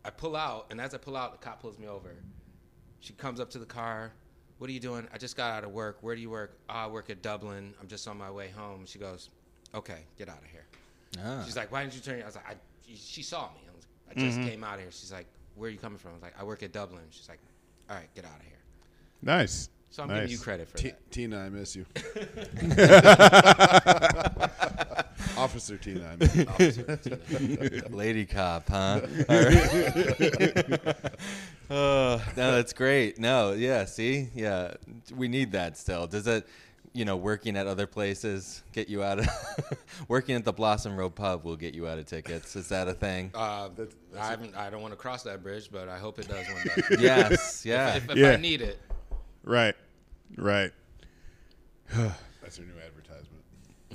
Speaker 4: I pull out, and as I pull out, the cop pulls me over. She comes up to the car. What are you doing? I just got out of work. Where do you work? "Ah, I work at Dublin. I'm just on my way home. She goes, "Okay, get out of here."
Speaker 1: Ah,
Speaker 4: She's like, "Why didn't you turn?" your-" I was like, "I." She saw me. I, was, I just came out of here. She's like, "Where are you coming from?" I was like, "I work at Dublin." She's like, "All right, get out of here."
Speaker 3: Nice.
Speaker 4: So I'm
Speaker 3: nice.
Speaker 4: giving you credit for
Speaker 5: T-
Speaker 4: that.
Speaker 5: Tina, I miss you. Officer Tina, I miss you.
Speaker 1: lady cop, huh? All right. Uh, no, that's great. No, yeah, see? Yeah. We need that still. Does that you know, working at other places get you out of working at the Blossom Road pub will get you out of tickets. Is that a thing?
Speaker 4: Uh, I haven't. I don't want to cross that bridge, but I hope it does one day.
Speaker 1: yes, yeah.
Speaker 4: If, if
Speaker 3: Yeah.
Speaker 4: I need it,
Speaker 3: Right. Right.
Speaker 5: That's your new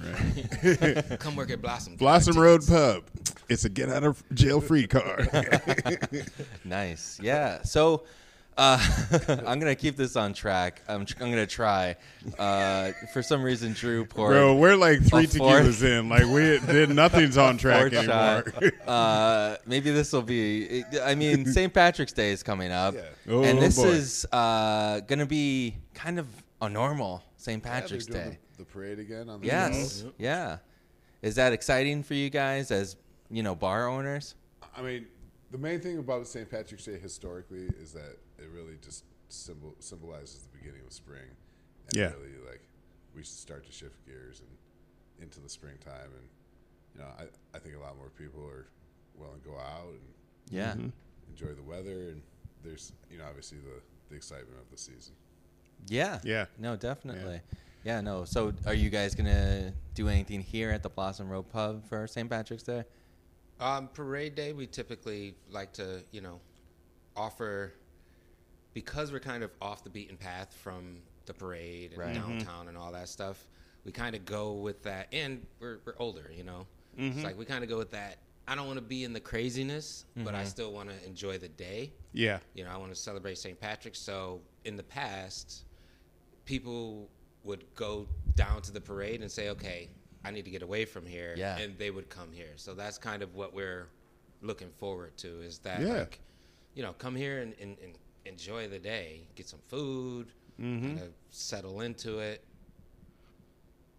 Speaker 5: advertisement.
Speaker 4: come work at Blossom.
Speaker 3: Blossom Road Pub. It's a get out of jail free card.
Speaker 1: Nice. Yeah. So uh, I'm going to keep this on track. I'm, tr- I'm going to try. Uh, for some reason, Drew poured
Speaker 3: Bro, we're like three
Speaker 1: A fourth.
Speaker 3: tequilas in. Like we did nothing's on
Speaker 1: fourth
Speaker 3: track anymore.
Speaker 1: shot. Uh, maybe this will be. I mean, St. Patrick's Day is coming up.
Speaker 5: Yeah.
Speaker 3: Oh,
Speaker 1: and this
Speaker 3: boy.
Speaker 1: is uh, going to be kind of a normal St.
Speaker 5: Yeah, they're
Speaker 1: Patrick's
Speaker 5: doing
Speaker 1: Day.
Speaker 5: The, the parade again on the
Speaker 1: Yes.
Speaker 3: Mm-hmm.
Speaker 1: Yeah. Is that exciting for you guys as, you know, bar owners?
Speaker 5: I mean, the main thing about St. Patrick's Day historically is that it really just symbol, symbolizes the beginning of spring. And
Speaker 3: Yeah.
Speaker 5: really, like, we should start to shift gears and into the springtime. And, you know, I, I think a lot more people are willing to go out and
Speaker 1: Yeah.
Speaker 3: Mm-hmm.
Speaker 5: enjoy the weather. And there's, you know, obviously the, the excitement of the season.
Speaker 1: Yeah.
Speaker 3: Yeah.
Speaker 1: No, definitely. Yeah. no. So are you guys going to do anything here at the Blossom Road Pub for St. Patrick's Day?
Speaker 4: Um, parade day, we typically like to, you know, offer because we're kind of off the beaten path from the parade and
Speaker 1: Right.
Speaker 4: downtown and all that stuff. We kind of go with that, and we're we're older, you know. It's like we kind of go with that. I don't want to be in the craziness, but I still want to enjoy the day.
Speaker 3: Yeah.
Speaker 4: you know, I want to celebrate St. Patrick's. So in the past, people would go down to the parade and say, okay, I need to get away from here.
Speaker 1: Yeah.
Speaker 4: And they would come here. So that's kind of what we're looking forward to is that
Speaker 3: Yeah.
Speaker 4: like you know come here and, and, and enjoy the day get some food kinda settle into it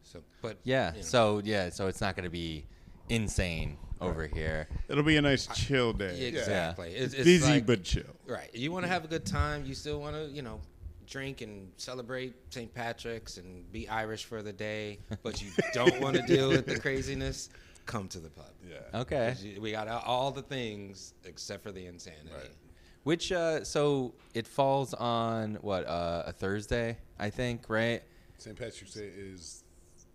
Speaker 4: so but
Speaker 1: Yeah.
Speaker 4: you know,
Speaker 1: So yeah. So it's not going to be insane over here.
Speaker 3: It'll be a nice chill day.
Speaker 4: exactly It's, it's
Speaker 3: Busy
Speaker 4: like-
Speaker 3: but chill.
Speaker 4: Right. You want to have a good time. You still want to, you know, drink and celebrate St. Patrick's and be Irish for the day, but you don't want to deal with the craziness. Come to the pub.
Speaker 5: Yeah.
Speaker 1: Okay.
Speaker 4: We got all the things except for the insanity.
Speaker 5: Right.
Speaker 1: Which uh, so it falls on what uh, a Thursday, I think, right?
Speaker 5: St. Patrick's Day is,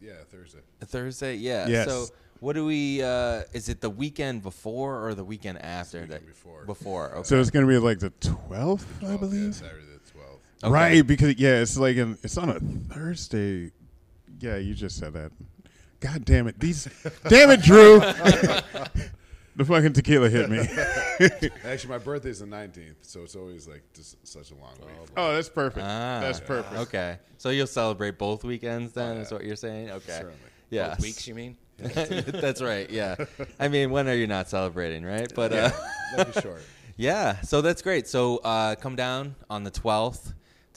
Speaker 5: yeah, Thursday.
Speaker 1: A Thursday. Yeah.
Speaker 3: Yes.
Speaker 1: So what do we? Uh, is it the weekend before or the weekend after?
Speaker 5: weekend
Speaker 1: that
Speaker 5: before.
Speaker 1: Before. Okay.
Speaker 3: So it's gonna be like the twelfth, I
Speaker 4: Oh,
Speaker 5: 12th, yeah,
Speaker 3: believe.
Speaker 5: Saturday the 12th.
Speaker 1: Okay.
Speaker 3: Right, because yeah, it's like an, it's on a Thursday. Yeah, you just said that. God damn it! These, damn it, Drew. the fucking tequila hit me.
Speaker 5: Actually, my birthday's the 19th, so it's always like just such a long week. for me.
Speaker 3: oh, that's perfect.
Speaker 1: Ah.
Speaker 3: that's Oh, perfect.
Speaker 1: Okay. So you'll celebrate both weekends then, is what you're saying? Okay.
Speaker 5: Certainly.
Speaker 1: Yeah.
Speaker 4: Both weeks, you mean?
Speaker 1: That's right. Yeah. I mean, when are you not celebrating, right? But uh,
Speaker 3: Oh.
Speaker 5: That'd be short.
Speaker 1: yeah. So that's great. So uh, come down on the 12th to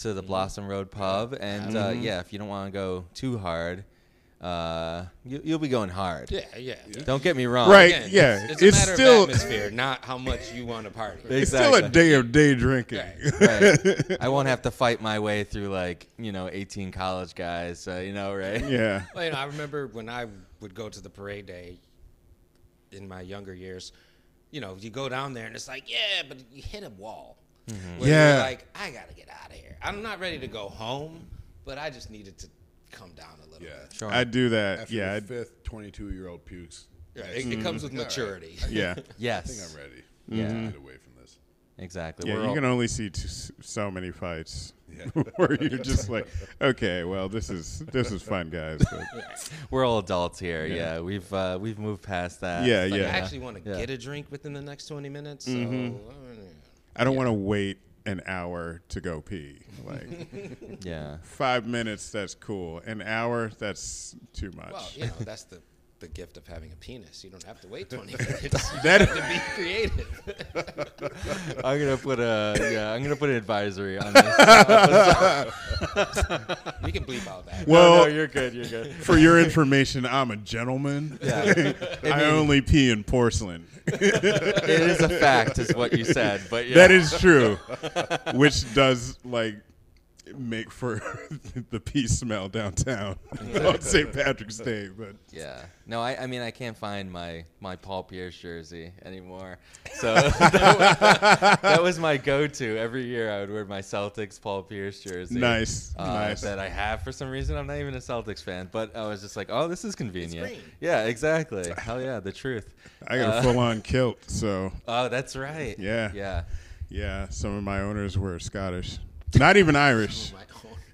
Speaker 3: Mm-hmm.
Speaker 1: the Blossom Road Pub, and uh, yeah, if you don't want to go too hard, uh, you, you'll be going hard.
Speaker 4: Yeah, yeah.
Speaker 1: Don't get me wrong.
Speaker 3: Right.
Speaker 4: Again,
Speaker 3: Yeah,
Speaker 4: It's,
Speaker 3: it's
Speaker 4: a matter
Speaker 3: still-
Speaker 4: of atmosphere, not how much you want to party.
Speaker 3: It's
Speaker 1: Exactly.
Speaker 3: still a day of day drinking.
Speaker 4: Right.
Speaker 1: Right. I won't have to fight my way through like you know 18 college guys. Uh, you know, right?
Speaker 3: Yeah.
Speaker 4: Well, you know, I remember when I would go to the parade day in my younger years. You know, you go down there and it's like, yeah, but you hit a wall. Where
Speaker 3: Yeah.
Speaker 4: You're like, I gotta get out of here. I'm not ready to go home, but I just needed to come down a little
Speaker 5: Yeah.
Speaker 1: Sure.
Speaker 3: I do that.
Speaker 5: After
Speaker 3: yeah,
Speaker 5: the
Speaker 3: I,
Speaker 5: fifth 22 year old pukes.
Speaker 4: bit. Yeah,
Speaker 5: I
Speaker 4: it, it comes with maturity.
Speaker 3: yeah,
Speaker 1: yes.
Speaker 5: think I'm ready.
Speaker 1: Yeah.
Speaker 5: to Get away from this.
Speaker 1: Exactly.
Speaker 3: yeah.
Speaker 1: We're
Speaker 3: You
Speaker 1: all-
Speaker 3: can only see two, so many fights where you're just like, okay, well, this is this is fun, guys. But
Speaker 1: We're all adults here. Yeah, we've uh, we've moved past that.
Speaker 3: Yeah,
Speaker 1: It's like,
Speaker 4: I
Speaker 3: yeah.
Speaker 4: actually want to
Speaker 1: Yeah.
Speaker 4: get a drink within the next 20 minutes. So, uh,
Speaker 3: I don't want to wait an hour to go pee. Like.
Speaker 1: yeah.
Speaker 3: Five minutes, that's cool. An hour, that's too much.
Speaker 4: well, you know, that's the the gift of having a penis. You don't have to wait 20 minutes. You
Speaker 3: That-
Speaker 4: have to be creative.
Speaker 1: I'm gonna put a yeah. I'm gonna put an advisory on this.
Speaker 4: We can bleep out that.
Speaker 1: well,
Speaker 3: Well,
Speaker 1: you're good. You're good.
Speaker 3: for your information, I'm a gentleman.
Speaker 1: Yeah,
Speaker 3: I only pee in porcelain.
Speaker 1: it is a fact, is what you said. But yeah,
Speaker 3: That is true, which does like make for the pee smell downtown on St. Patrick's Day. But
Speaker 1: yeah. No, I, I mean I can't find my my Paul Pierce jersey anymore. So that was, that was my go-to every year. I would wear my Celtics Paul Pierce jersey.
Speaker 3: nice,
Speaker 1: uh,
Speaker 3: nice.
Speaker 1: that I have for some reason. I'm not even a Celtics fan, but I was just like, oh, this is convenient.
Speaker 4: green.
Speaker 1: Yeah, exactly. Hell yeah, the truth.
Speaker 3: I got
Speaker 1: uh,
Speaker 3: a full-on kilt, so
Speaker 1: Oh, that's right.
Speaker 3: Yeah.
Speaker 1: Yeah.
Speaker 3: yeah. Some of my owners were Scottish, not even Irish.
Speaker 4: My own.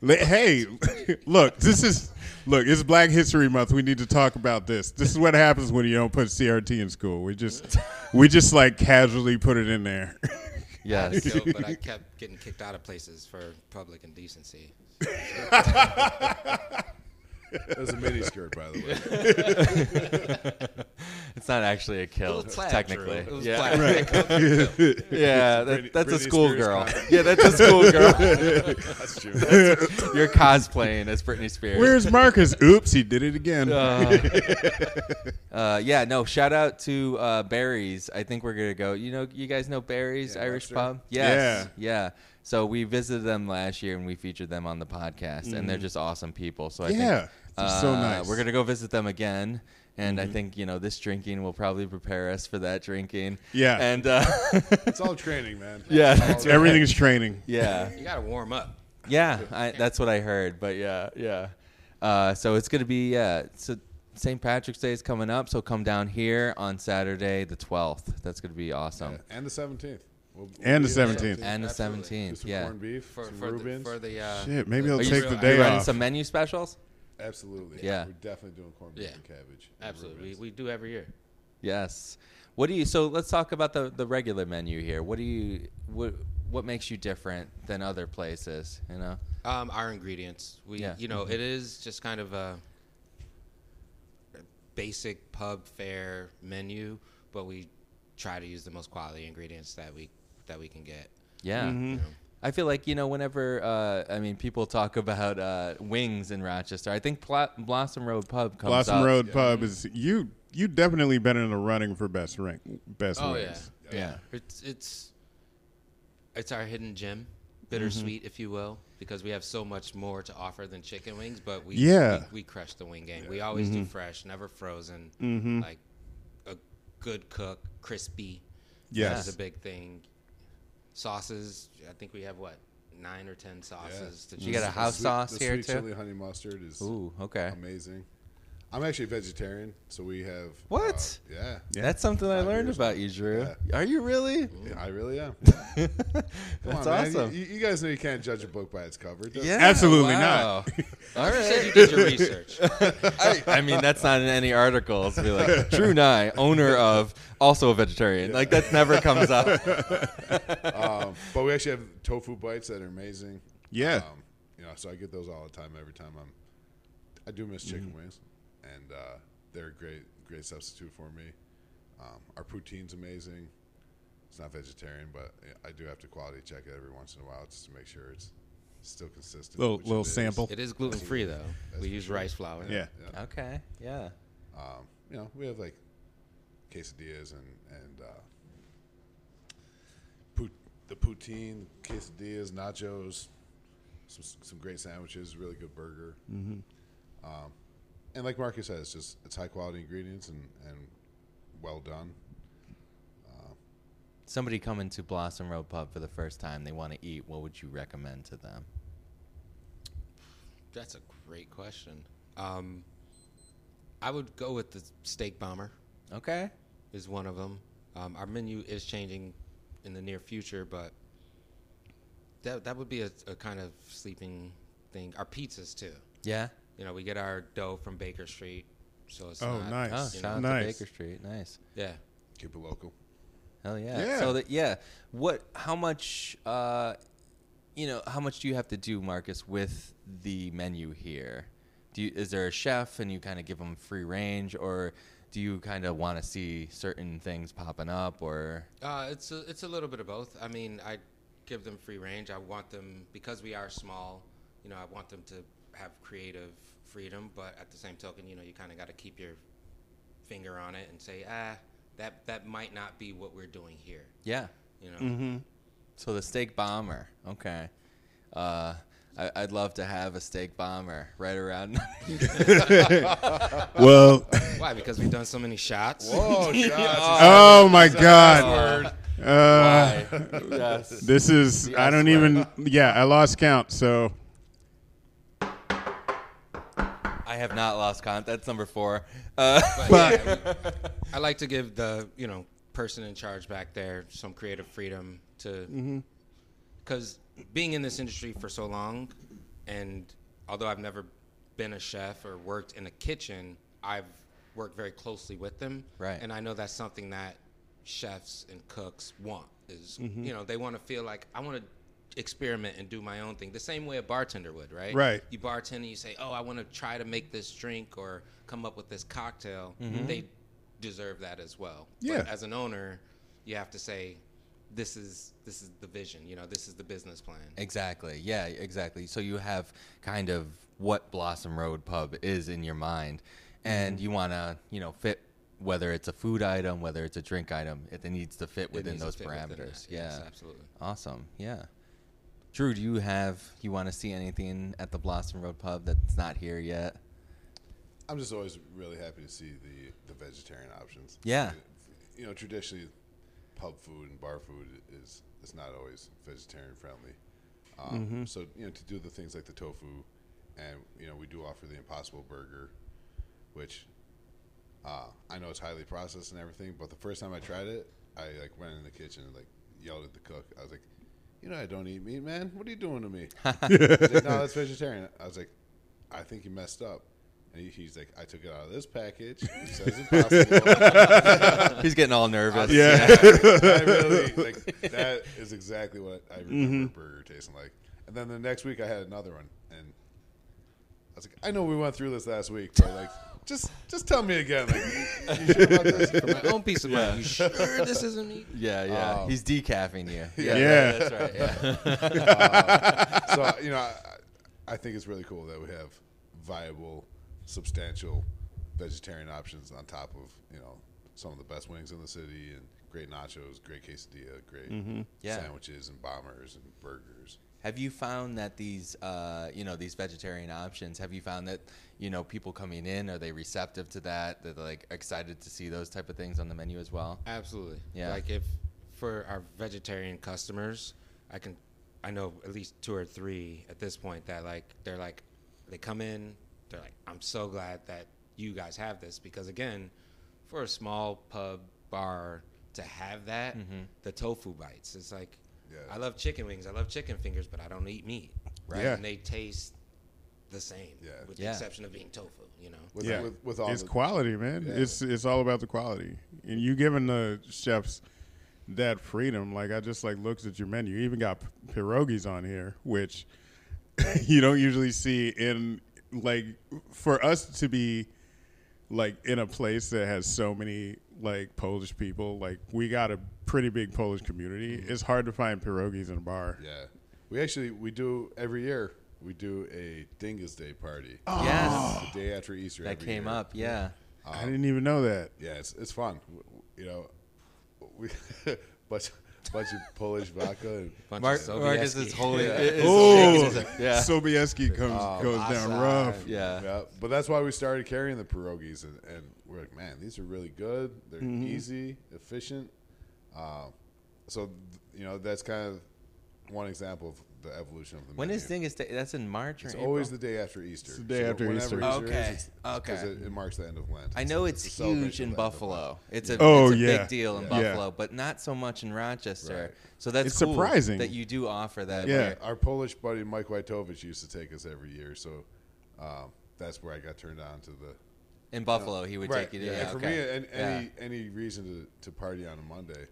Speaker 3: Le- Hey, look, this is look, it's Black History Month. We need to talk about this. This is what happens when you don't put CRT in school. We just we just like casually put it in there.
Speaker 1: Yes.
Speaker 4: So, but I kept getting kicked out of places for public indecency.
Speaker 5: That was a mini skirt, by the way.
Speaker 1: it's not actually a kill, technically.
Speaker 4: It was
Speaker 1: yeah.
Speaker 4: plaid.
Speaker 1: Yeah, that, that's a
Speaker 5: Britney Spears
Speaker 1: schoolgirl.
Speaker 5: comment.
Speaker 1: Yeah, that's a schoolgirl.
Speaker 5: That's true.
Speaker 1: You're cosplaying as Britney Spears.
Speaker 3: Where's Marcus? Oops, he did it again.
Speaker 1: Uh, yeah, no. Shout out to uh, Barry's. I think we're gonna go. You know, you guys know Barry's
Speaker 5: Yeah,
Speaker 1: Irish
Speaker 5: Webster.
Speaker 1: Pub. Yes, yeah, So we visited them last year and we featured them on the podcast, and they're just awesome people. So I
Speaker 3: Yeah,
Speaker 1: think,
Speaker 3: they're so
Speaker 1: uh,
Speaker 3: nice.
Speaker 1: We're gonna go visit them again. And I think you know this drinking will probably prepare us for that drinking.
Speaker 3: Yeah.
Speaker 1: and uh,
Speaker 5: It's all training, man.
Speaker 1: Yeah.
Speaker 5: It's all
Speaker 1: It's
Speaker 5: training.
Speaker 3: Everything's training.
Speaker 1: yeah,
Speaker 4: You gotta warm up.
Speaker 1: yeah, I, that's what I heard. But yeah, yeah. Uh, so it's gonna be yeah. So St. Patrick's Day is coming up, so come down here on Saturday the twelfth. That's gonna be awesome.
Speaker 5: And the 17th. We'll- we'll
Speaker 3: And the
Speaker 5: be there.
Speaker 3: 17th.
Speaker 1: Um, And the
Speaker 4: Absolutely.
Speaker 5: Do
Speaker 1: seventeenth,
Speaker 5: some
Speaker 1: yeah.
Speaker 5: corned beef,
Speaker 4: For,
Speaker 5: some
Speaker 4: for the,
Speaker 5: Rubens.
Speaker 4: for the uh,
Speaker 3: Shit, maybe
Speaker 4: the-
Speaker 3: I'll
Speaker 4: the
Speaker 3: take
Speaker 4: real
Speaker 3: the
Speaker 1: You
Speaker 3: day
Speaker 4: Irish-
Speaker 1: running
Speaker 3: off.
Speaker 1: some menu specials?
Speaker 5: Absolutely.
Speaker 1: Yeah.
Speaker 5: We're definitely doing corned beef
Speaker 4: Yeah.
Speaker 5: and cabbage. and
Speaker 4: Absolutely, we,
Speaker 5: Rubens.
Speaker 4: we do every year.
Speaker 1: Yes. What do you? So let's talk about the the regular menu here. What do you? What what makes you different than other places? You know.
Speaker 4: Um, our ingredients, we
Speaker 1: Yeah.
Speaker 4: you know, it is just kind of a basic pub fare menu, but we try to use the most quality ingredients that we that we can get.
Speaker 1: Yeah.
Speaker 3: Mm-hmm.
Speaker 1: I feel like, you know, whenever, uh, I mean, people talk about uh, wings in Rochester, I think Pla- Blossom Road Pub comes
Speaker 3: Blossom
Speaker 1: up.
Speaker 3: Road Pub is you. You definitely been in the running for best rank, best
Speaker 4: Oh,
Speaker 3: wings.
Speaker 1: Yeah.
Speaker 4: It's it's it's our hidden gem, bittersweet,
Speaker 3: Mm-hmm.
Speaker 4: if you will, because we have so much more to offer than chicken wings. But we
Speaker 3: Yeah. Mm-hmm.
Speaker 4: we, we crush the wing game. We always do fresh, never frozen. Like a good cook, crispy.
Speaker 3: Yes.
Speaker 4: that's a big thing. Sauces. I think we have what nine or ten sauces. to
Speaker 1: You got
Speaker 4: choose
Speaker 1: a house
Speaker 5: Sweet-
Speaker 1: sauce
Speaker 5: the
Speaker 1: here,
Speaker 5: sweet
Speaker 1: too?
Speaker 5: chili honey mustard is
Speaker 1: Ooh, okay.
Speaker 5: amazing. I'm actually vegetarian, so we have
Speaker 1: What?
Speaker 5: uh, yeah.
Speaker 1: That's something I
Speaker 5: Five
Speaker 1: learned
Speaker 5: years.
Speaker 1: about you, Drew. Are you really?
Speaker 5: Yeah, I really am. Come
Speaker 1: That's
Speaker 5: on, man. You-
Speaker 1: awesome.
Speaker 5: You, you guys know you can't judge a book by its cover. don't you?
Speaker 1: Yeah,
Speaker 3: Absolutely not.
Speaker 1: All
Speaker 4: You said you
Speaker 1: right.
Speaker 4: did your research.
Speaker 1: I, I mean, that's not in any articles. Be like, Drew Nye, owner of, also a vegetarian. Like that never comes up.
Speaker 5: Um, but we actually have tofu bites that are amazing.
Speaker 3: Yeah.
Speaker 5: Um, you know, so I get those all the time. Every time I'm, I do miss chicken
Speaker 3: Mm-hmm.
Speaker 5: wings, and uh, they're a great, great substitute for me. Um, our poutine's amazing. It's not vegetarian, but I do have to quality check it every once in a while just to make sure it's still consistent.
Speaker 3: Little-
Speaker 5: which
Speaker 3: little
Speaker 5: it is.
Speaker 3: sample.
Speaker 4: It is gluten free though. We use rice flour.
Speaker 3: Yeah.
Speaker 5: Yeah.
Speaker 1: Okay. Yeah.
Speaker 5: Um, you know, we have like quesadillas and and uh, pout- the poutine, quesadillas, nachos, some some great sandwiches, really good burger. Mm-hmm. Um, and like Marcus said, it's just it's high quality ingredients and and well done.
Speaker 1: Somebody coming to Blossom Road Pub for the first time, they want to eat. What would you recommend to them?
Speaker 4: That's a great question. Um, I would go with the steak bomber
Speaker 1: Okay.
Speaker 4: is one of them. Um, our menu is changing in the near future, but that that would be a, a kind of sleeping thing. Our pizzas too.
Speaker 1: Yeah.
Speaker 4: You know, we get our dough from Baker Street, so it's
Speaker 3: Oh,
Speaker 4: not,
Speaker 3: nice.
Speaker 1: Oh,
Speaker 4: you know,
Speaker 1: shout out to
Speaker 3: Nice.
Speaker 1: Baker Street. Nice.
Speaker 4: yeah.
Speaker 5: Keep it local.
Speaker 1: Hell yeah.
Speaker 3: Yeah.
Speaker 1: So that yeah. What how much uh you know, how much do you have to do, Marcus, with the menu here? Do you, is there a chef and you kind of give them free range or do you kind of want to see certain things popping up or
Speaker 4: Uh, it's a, it's a little bit of both. I mean, I give them free range. I want them because we are small. You know, I want them to have creative freedom, but at the same token, you know, you kind of got to keep your finger on it and say, ah, that that might not be what we're doing here.
Speaker 1: yeah.
Speaker 4: You know,
Speaker 1: So the steak bomber. Okay. Uh I, I'd love to have a steak bomber right around.
Speaker 3: Well,
Speaker 4: why? Because we've done so many shots.
Speaker 5: Oh, shots.
Speaker 3: oh my God. Uh,
Speaker 1: yes.
Speaker 3: This is I don't even yeah, I lost count. So
Speaker 1: I have not lost count. That's number four. Uh,
Speaker 4: But yeah, we- I like to give the you know person in charge back there some creative freedom to because being in this industry for so long, and although I've never been a chef or worked in a kitchen, I've worked very closely with them,
Speaker 1: Right.
Speaker 4: And I know that's something that chefs and cooks want is you know they want to feel like I want to experiment and do my own thing the same way a bartender would right
Speaker 3: Right.
Speaker 4: you bartend and you say, "Oh, I want to try to make this drink or come up with this cocktail," they deserve that as well.
Speaker 3: Yeah.
Speaker 4: But as an owner, you have to say, "This is this is the vision. You know, this is the business plan."
Speaker 1: Exactly. Yeah, exactly. So you have kind of what Blossom Road Pub is in your mind,
Speaker 4: Mm-hmm.
Speaker 1: and you want to, you know, fit whether it's a food item, whether it's a drink item, it needs to fit
Speaker 4: It
Speaker 1: within
Speaker 4: needs to
Speaker 1: those
Speaker 4: fit within
Speaker 1: parameters.
Speaker 4: that. Yes,
Speaker 1: yeah.
Speaker 4: absolutely.
Speaker 1: Awesome. Yeah. Drew, do you have you want to see anything at the Blossom Road Pub that's not here yet?
Speaker 5: I'm just always really happy to see the the vegetarian options.
Speaker 1: Yeah.
Speaker 5: You know, traditionally, pub food and bar food is is not always vegetarian friendly. Um, So you know, to do the things like the tofu, and you know, we do offer the Impossible Burger, which uh, I know it's highly processed and everything. But the first time I tried it, I like went in the kitchen and like yelled at the cook. I was like, "You know, I don't eat meat, man. What are you doing to me?" He's like, no, that's vegetarian. I was like, I think you messed up. And he, he's like, I took it out of this package. It says impossible.
Speaker 1: He's getting all nervous.
Speaker 3: Yeah.
Speaker 5: I really, like, that is exactly what I remember a burger tasting like. And then the next week I had another one. And I was like, I know we went through this last week, but like, Just just tell me again. Like, you sure about this?
Speaker 4: For my own peace of mind. You sure this isn't me?
Speaker 1: Yeah, yeah.
Speaker 4: Oh.
Speaker 1: He's decaffing you.
Speaker 5: Yeah.
Speaker 3: Yeah.
Speaker 1: that's right. Yeah.
Speaker 5: so you know, I, I think it's really cool that we have viable, substantial vegetarian options on top of you know some of the best wings in the city and great nachos, great quesadilla, great
Speaker 1: Yeah.
Speaker 5: sandwiches and bombers and burgers.
Speaker 1: Have you found that these, uh, you know, these vegetarian options? Have you found that, you know, people coming in are they receptive to that? They're like excited to see those type of things on the menu as well.
Speaker 4: Absolutely.
Speaker 1: Yeah.
Speaker 4: Like if for our vegetarian customers, I can, I know at least two or three at this point that like they're like, they come in, they're like, I'm so glad that you guys have this because again, for a small pub bar to have that,
Speaker 1: Mm-hmm.
Speaker 4: the tofu bites, it's like,
Speaker 5: Yeah.
Speaker 4: I love chicken wings, I love chicken fingers, but I don't eat meat, right?
Speaker 3: Yeah.
Speaker 4: And they taste the same,
Speaker 5: Yeah.
Speaker 4: with
Speaker 1: Yeah.
Speaker 4: the exception of being tofu, you know.
Speaker 5: With,
Speaker 3: yeah,
Speaker 5: with, with all
Speaker 3: it's
Speaker 5: the,
Speaker 3: quality, man.
Speaker 5: Yeah.
Speaker 3: It's it's all about the quality, and you giving the chefs that freedom. Like I just like looks at your menu. You even got p- pierogies on here, which you don't usually see in like for us to be like in a place that has so many like Polish people. Like we got a pretty big Polish community. It's hard to find pierogies in a bar.
Speaker 5: yeah, we actually we do every year. We do a Dingus Day party.
Speaker 1: Oh. Yes,
Speaker 5: the day after Easter.
Speaker 1: that
Speaker 5: every
Speaker 1: came
Speaker 5: year.
Speaker 1: up. Yeah,
Speaker 3: I didn't even know that.
Speaker 5: Yeah, it's it's fun. W- w- You know, we bunch bunch of Polish vodka and
Speaker 4: Bunch of
Speaker 1: Mark, Marcus
Speaker 4: Sobieski.
Speaker 1: is holy.
Speaker 5: Yeah.
Speaker 1: is-
Speaker 3: Oh,
Speaker 1: yeah.
Speaker 3: Sobieski comes goes down rough.
Speaker 1: Yeah.
Speaker 5: Yeah, but that's why we started carrying the pierogies, and, and we're like, man, these are really good. They're
Speaker 1: Mm-hmm.
Speaker 5: easy, efficient. Uh, so, th- you know, that's kind of one example of the evolution of the.
Speaker 1: When
Speaker 5: menu.
Speaker 1: is Dingus Day? That's in March or
Speaker 5: It's
Speaker 1: April?
Speaker 5: always the day after Easter.
Speaker 3: the day after
Speaker 5: whenever
Speaker 3: Easter.
Speaker 1: Okay,
Speaker 5: is, it's- it's 'cause
Speaker 1: okay.
Speaker 5: It, it marks the end of Lent.
Speaker 1: I know
Speaker 5: It's-
Speaker 1: it's,
Speaker 5: it's a
Speaker 1: huge
Speaker 5: celebration
Speaker 1: in
Speaker 5: of Lent, but-
Speaker 1: Buffalo. It's a,
Speaker 3: Oh,
Speaker 1: it's a
Speaker 3: yeah.
Speaker 1: big deal in
Speaker 3: Yeah.
Speaker 1: Buffalo, but not so much in Rochester.
Speaker 5: Right.
Speaker 1: So that's
Speaker 3: It's
Speaker 1: cool
Speaker 3: surprising.
Speaker 1: that you do offer that.
Speaker 3: Yeah.
Speaker 5: Our, our Polish buddy Mike Wojtowicz used to take us every year, so um, that's where I got turned on to the
Speaker 1: In Buffalo, he would
Speaker 5: right.
Speaker 1: take you to.
Speaker 5: yeah.
Speaker 1: Yeah,
Speaker 5: and for
Speaker 1: okay.
Speaker 5: me, an,
Speaker 1: Yeah.
Speaker 5: any any reason to, to party on a Monday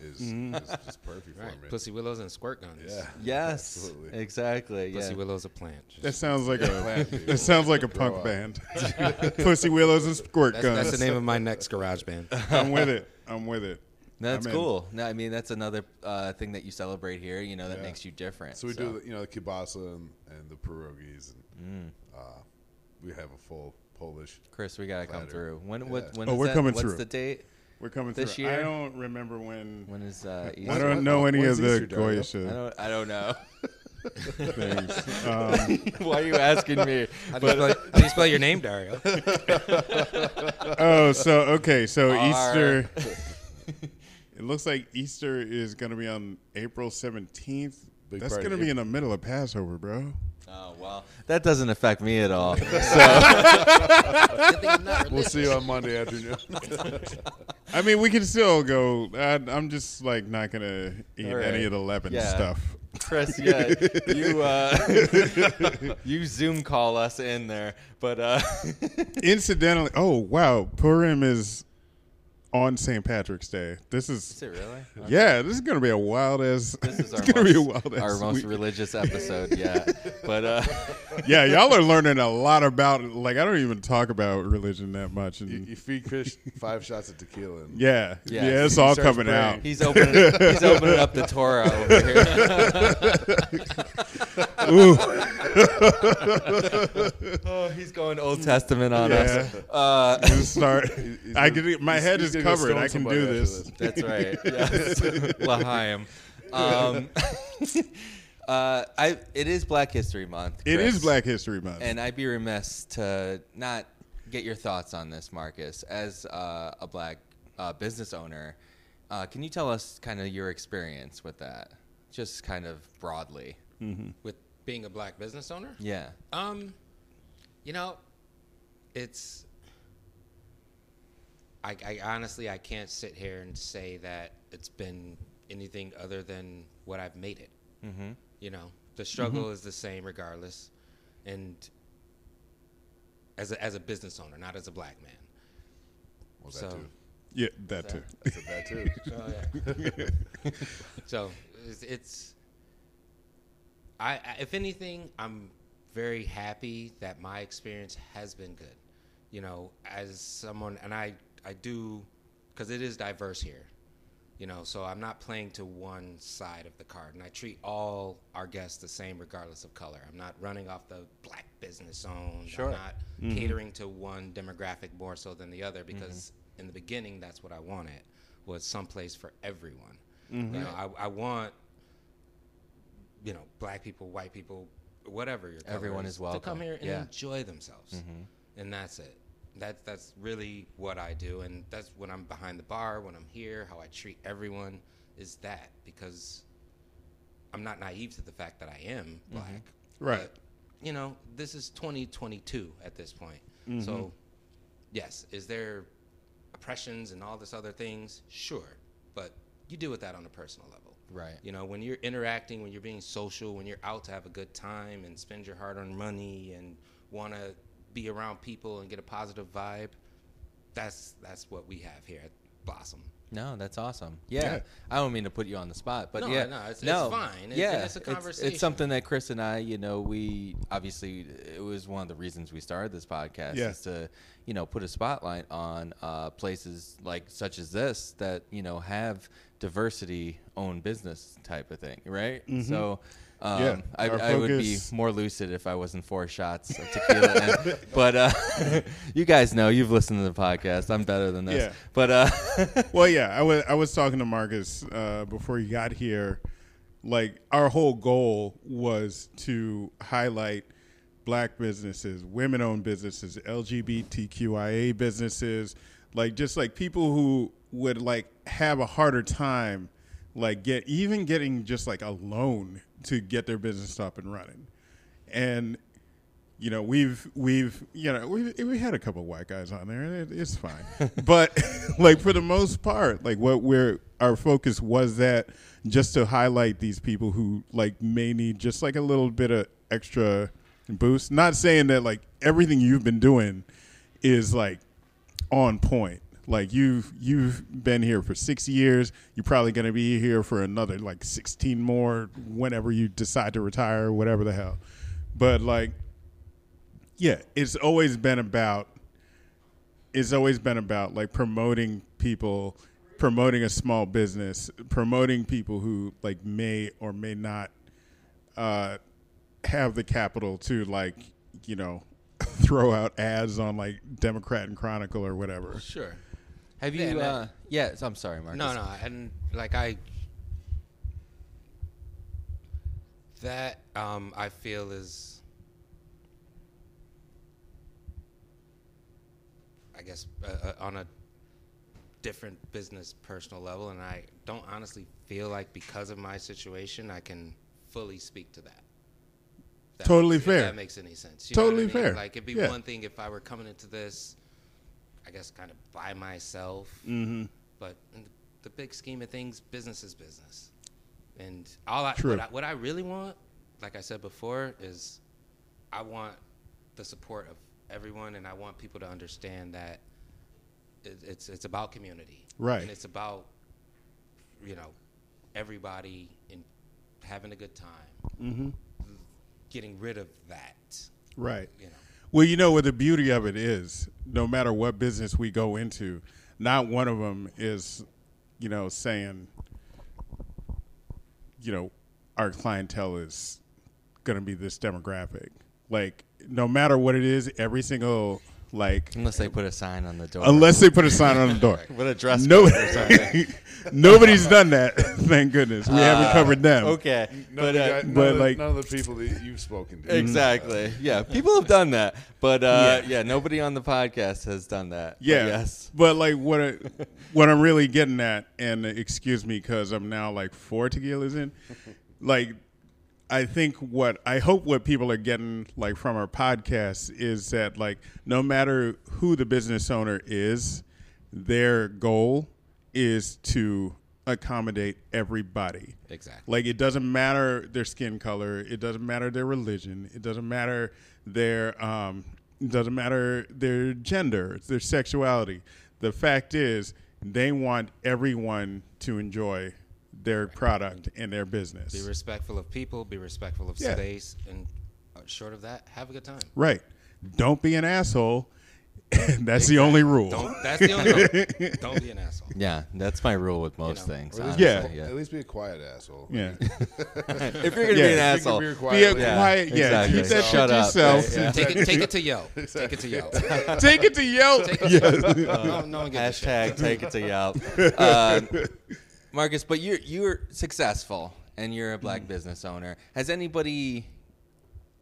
Speaker 5: is
Speaker 1: Mm-hmm.
Speaker 5: is, is perfect
Speaker 4: Right.
Speaker 5: for me.
Speaker 4: Pussy willows and squirt guns.
Speaker 5: Yeah.
Speaker 1: Yes,
Speaker 5: Absolutely.
Speaker 1: exactly.
Speaker 4: Pussy
Speaker 1: yeah.
Speaker 4: willows a plant. Just-
Speaker 3: That sounds like a
Speaker 5: Plant people.
Speaker 3: that sounds like a punk
Speaker 5: up.
Speaker 3: band. Pussy Willows and Squirt
Speaker 4: That's,
Speaker 3: Guns.
Speaker 4: that's the name of my next garage band.
Speaker 3: I'm with it. I'm with it.
Speaker 1: That's
Speaker 3: I'm in.
Speaker 1: cool. No, I mean that's another uh, thing that you celebrate here. You know that
Speaker 5: Yeah.
Speaker 1: makes you different.
Speaker 5: So we do the, you know the kielbasa and, and the pierogies,
Speaker 1: Mm.
Speaker 5: and uh, we have a full Polish.
Speaker 1: Chris, we gotta come
Speaker 5: Platter.
Speaker 1: through. When?
Speaker 5: Yeah.
Speaker 1: What? When
Speaker 3: Oh,
Speaker 1: is
Speaker 3: we're
Speaker 1: that?
Speaker 3: coming
Speaker 1: What's
Speaker 3: through.
Speaker 1: the date?
Speaker 3: We're coming
Speaker 1: This
Speaker 3: through.
Speaker 1: year?
Speaker 3: I don't remember when.
Speaker 1: When is uh, Easter?
Speaker 3: I don't know
Speaker 5: when-
Speaker 3: any of
Speaker 5: when's
Speaker 3: the
Speaker 5: Easter,
Speaker 3: Goya
Speaker 5: Dario?
Speaker 1: I
Speaker 3: shit
Speaker 1: don't. I don't know.
Speaker 3: things. Um,
Speaker 1: Why are you asking me?
Speaker 4: How do you spell, how do you spell your name, Dario?
Speaker 3: oh, so okay, so
Speaker 1: Are-
Speaker 3: Easter. It looks like Easter is going to be on April 17th.
Speaker 5: Big
Speaker 3: That's
Speaker 5: party.
Speaker 3: going to be in the middle of Passover, bro.
Speaker 1: Oh well, that doesn't affect me at all.
Speaker 5: We'll see you on Monday afternoon.
Speaker 3: I mean, we can still go. I, I'm just like not going to eat
Speaker 1: All right.
Speaker 3: any of the leaven
Speaker 1: Yeah.
Speaker 3: stuff.
Speaker 1: Chris, yeah, you uh, you Zoom call us in there, but uh,
Speaker 3: Incidentally, oh wow, Purim is on St. Patrick's Day. This
Speaker 1: is
Speaker 3: is
Speaker 1: it really?
Speaker 3: yeah, this is gonna be a wild ass.
Speaker 1: This is
Speaker 3: it's
Speaker 1: our
Speaker 3: gonna
Speaker 1: most,
Speaker 3: be a wild ass.
Speaker 1: our most
Speaker 3: week.
Speaker 1: religious episode yet, but uh,
Speaker 3: yeah, y'all are learning a lot about. Like, I don't even talk about religion that much, and
Speaker 5: you, you feed Chris five shots of tequila. And
Speaker 3: yeah,
Speaker 1: Yeah.
Speaker 3: yeah, it's
Speaker 5: He
Speaker 3: all
Speaker 5: starts
Speaker 3: coming
Speaker 5: praying.
Speaker 3: out.
Speaker 1: he's opening he's opening up the Torah over here.
Speaker 3: Ooh,
Speaker 1: Oh, he's going Old Testament on
Speaker 3: yeah,
Speaker 1: us. Uh,
Speaker 3: just start.
Speaker 5: he's gonna-
Speaker 3: I can. My
Speaker 5: he's-
Speaker 3: head
Speaker 5: he's
Speaker 3: is
Speaker 5: gonna
Speaker 3: covered.
Speaker 5: stone
Speaker 3: I can
Speaker 5: somebody
Speaker 3: do
Speaker 5: after
Speaker 3: this.
Speaker 1: That's right. Yes. L'chaim. Um, uh, I, it is Black History Month.
Speaker 3: It is
Speaker 1: Chris.
Speaker 3: Black History Month.
Speaker 1: And I'd be remiss to not get your thoughts on this, Marcus, as uh, a black uh, business owner. Uh, can you tell us kind of your experience with that, just kind of broadly?
Speaker 4: With being a black business owner?
Speaker 1: Yeah.
Speaker 4: Um, you know, it's. I, I honestly I can't sit here and say that it's been anything other than what I've made it.
Speaker 1: Mm-hmm.
Speaker 4: You know, the struggle is the same regardless, and as a, as a business owner, not as a black man.
Speaker 5: Well, that
Speaker 4: so.
Speaker 5: too.
Speaker 3: yeah, that too.
Speaker 5: I said that
Speaker 4: Oh,
Speaker 5: too.
Speaker 4: yeah. so it's, it's I, I if anything, I'm very happy that my experience has been good you know, as someone, and I, I do, because it is diverse here, you know, so I'm not playing to one side of the card. And I treat all our guests the same, regardless of color. I'm not running off the black business zone.
Speaker 1: Sure.
Speaker 4: I'm not catering to one demographic more so than the other, because in the beginning, that's what I wanted, was someplace for everyone. You know, I, I want you know, black people, white people, whatever your color
Speaker 1: Everyone is
Speaker 4: to come
Speaker 1: welcome.
Speaker 4: here and
Speaker 1: Yeah. Mm-hmm.
Speaker 4: enjoy themselves, and that's it. That that's really what I do, and that's when I'm behind the bar, when I'm here, how I treat everyone is that because I'm not naive to the fact that I am
Speaker 1: Mm-hmm.
Speaker 4: black,
Speaker 3: Right.
Speaker 4: But, you know, this is 2022 at this point,
Speaker 1: Mm-hmm.
Speaker 4: so yes, is there oppressions and all this other things? Sure, but you deal with that on a personal level.
Speaker 1: Right.
Speaker 4: You know, when you're interacting, when you're being social, when you're out to have a good time and spend your hard-earned money and want to be around people and get a positive vibe, that's that's what we have here at Blossom.
Speaker 1: No, that's awesome. Yeah.
Speaker 5: Yeah.
Speaker 1: I don't mean to put you on the spot, but
Speaker 4: No,
Speaker 1: yeah,
Speaker 4: no, it's- it's fine. It's-
Speaker 1: yeah,
Speaker 4: it's a
Speaker 1: It's,
Speaker 4: conversation.
Speaker 1: something that Chris and I, you know, we obviously it was one of the reasons we started this podcast
Speaker 3: Yeah.
Speaker 1: is to, you know, put a spotlight on uh, places like such as this that you know have diversity owned business type of thing, right?
Speaker 4: Mm-hmm.
Speaker 1: So. Um,
Speaker 3: Yeah,
Speaker 1: I,
Speaker 3: our
Speaker 1: I would be
Speaker 3: focus-
Speaker 1: more lucid if I wasn't four shots of tequila. in. But uh, you guys know you've listened to the podcast. I'm better than this.
Speaker 3: Yeah.
Speaker 1: But uh,
Speaker 3: Well, yeah, I was I was talking to Marcus uh, before you got here. Like our whole goal was to highlight black businesses, women-owned businesses, LGBTQIA businesses, like just like people who would like have a harder time, like get even getting just like a loan to get their business up and running, and you know we've we've you know we we had a couple of white guys on there. It, it's fine, but like for the most part, like what we're our focus was that just to highlight these people who like may need just like a little bit of extra boost. Not saying that like everything you've been doing is like on point. Like you've you've been here for six years. You're probably going to be here for another like sixteen more whenever you decide to retire, whatever the hell. But like yeah, it's always been about it's always been about like promoting people, promoting a small business, promoting people who like may or may not uh, have the capital to like you know throw out ads on like Democrat and Chronicle or whatever.
Speaker 4: Sure.
Speaker 1: Have
Speaker 4: Yeah,
Speaker 1: you?
Speaker 4: and I-
Speaker 1: uh, yeah, so I'm sorry, Marcus.
Speaker 4: No, no, and like I, that um, I feel is, I guess, uh, uh, on a different business personal level, and I don't honestly feel like because of my situation I can fully speak to that. That
Speaker 3: Totally
Speaker 4: makes, if
Speaker 3: fair.
Speaker 4: that makes any sense. you know what
Speaker 3: Totally
Speaker 4: I mean?
Speaker 3: fair.
Speaker 4: Like it'd be
Speaker 3: Yeah.
Speaker 4: one thing if I were coming into this, I guess, kind of by myself.
Speaker 3: Mm-hmm.
Speaker 4: But in the, the big scheme of things, business is business. And all I,
Speaker 3: True.
Speaker 4: What I what I really want, like I said before, is I want the support of everyone, and I want people to understand that it, it's it's about community,
Speaker 3: Right.
Speaker 4: And it's about you know everybody and having a good time,
Speaker 3: Mm-hmm.
Speaker 4: getting rid of that,
Speaker 3: Right.
Speaker 4: you know.
Speaker 3: Well, you know what the beauty of it is, no matter what business we go into, not one of them is, you know, saying, you know, our clientele is going to be this demographic. Like, no matter what it is, every single like,
Speaker 1: Unless they put a sign on the door.
Speaker 3: unless they put a sign on the door.
Speaker 1: what a dress
Speaker 3: No,
Speaker 1: code or something. Ah,
Speaker 3: nobody's done that. Thank goodness we haven't covered them.
Speaker 1: okay,
Speaker 5: None,
Speaker 1: but
Speaker 5: of the
Speaker 1: uh,
Speaker 5: guy- none
Speaker 3: but,
Speaker 5: of the-
Speaker 3: like-
Speaker 5: none of the people that you've spoken to. Uh,
Speaker 1: exactly, yeah, people have done that, but uh,
Speaker 3: Mm. Yeah.
Speaker 1: yeah. nobody on the podcast has done that. But
Speaker 3: Yeah.
Speaker 1: yes,
Speaker 3: But like what I, what I'm really getting at, and excuse me, because I'm now like four tequilas in. Like, I think what I hope what people are getting like from our podcast is that like no matter who the business owner is, their goal is to accommodate everybody.
Speaker 4: Exactly.
Speaker 3: Like it doesn't matter their skin color, it doesn't matter their religion, it doesn't matter their um it doesn't matter their gender, their sexuality. The fact is they want everyone to enjoy their product and their business.
Speaker 4: Be respectful of people. Be respectful of
Speaker 3: Yeah.
Speaker 4: space. And uh, short of that, have a good time.
Speaker 3: Right. Don't be an asshole. That's the only rule.
Speaker 4: Don't. That's the only. rule. Don't be an asshole.
Speaker 1: Yeah, that's my rule with most
Speaker 4: know,
Speaker 1: things.
Speaker 5: or at
Speaker 1: Honestly.
Speaker 5: least-
Speaker 1: Yeah.
Speaker 5: At least be a quiet asshole.
Speaker 3: yeah.
Speaker 1: if you're gonna
Speaker 3: Yeah.
Speaker 1: be an
Speaker 3: If
Speaker 1: asshole,
Speaker 5: Be a
Speaker 3: Be a
Speaker 5: quiet.
Speaker 1: Yeah,
Speaker 3: quiet. Yeah.
Speaker 1: exactly.
Speaker 3: Keep that
Speaker 1: Shut
Speaker 3: shit
Speaker 1: up.
Speaker 3: yourself.
Speaker 1: Right, yeah.
Speaker 4: Take it. Take it to Yelp. Take it to Yelp.
Speaker 3: Take it to Yelp. Yes.
Speaker 4: No, no one gives a shit.
Speaker 1: hashtag take it to Yelp, uh, Marcus. But you're you're successful and you're a black business owner. Has anybody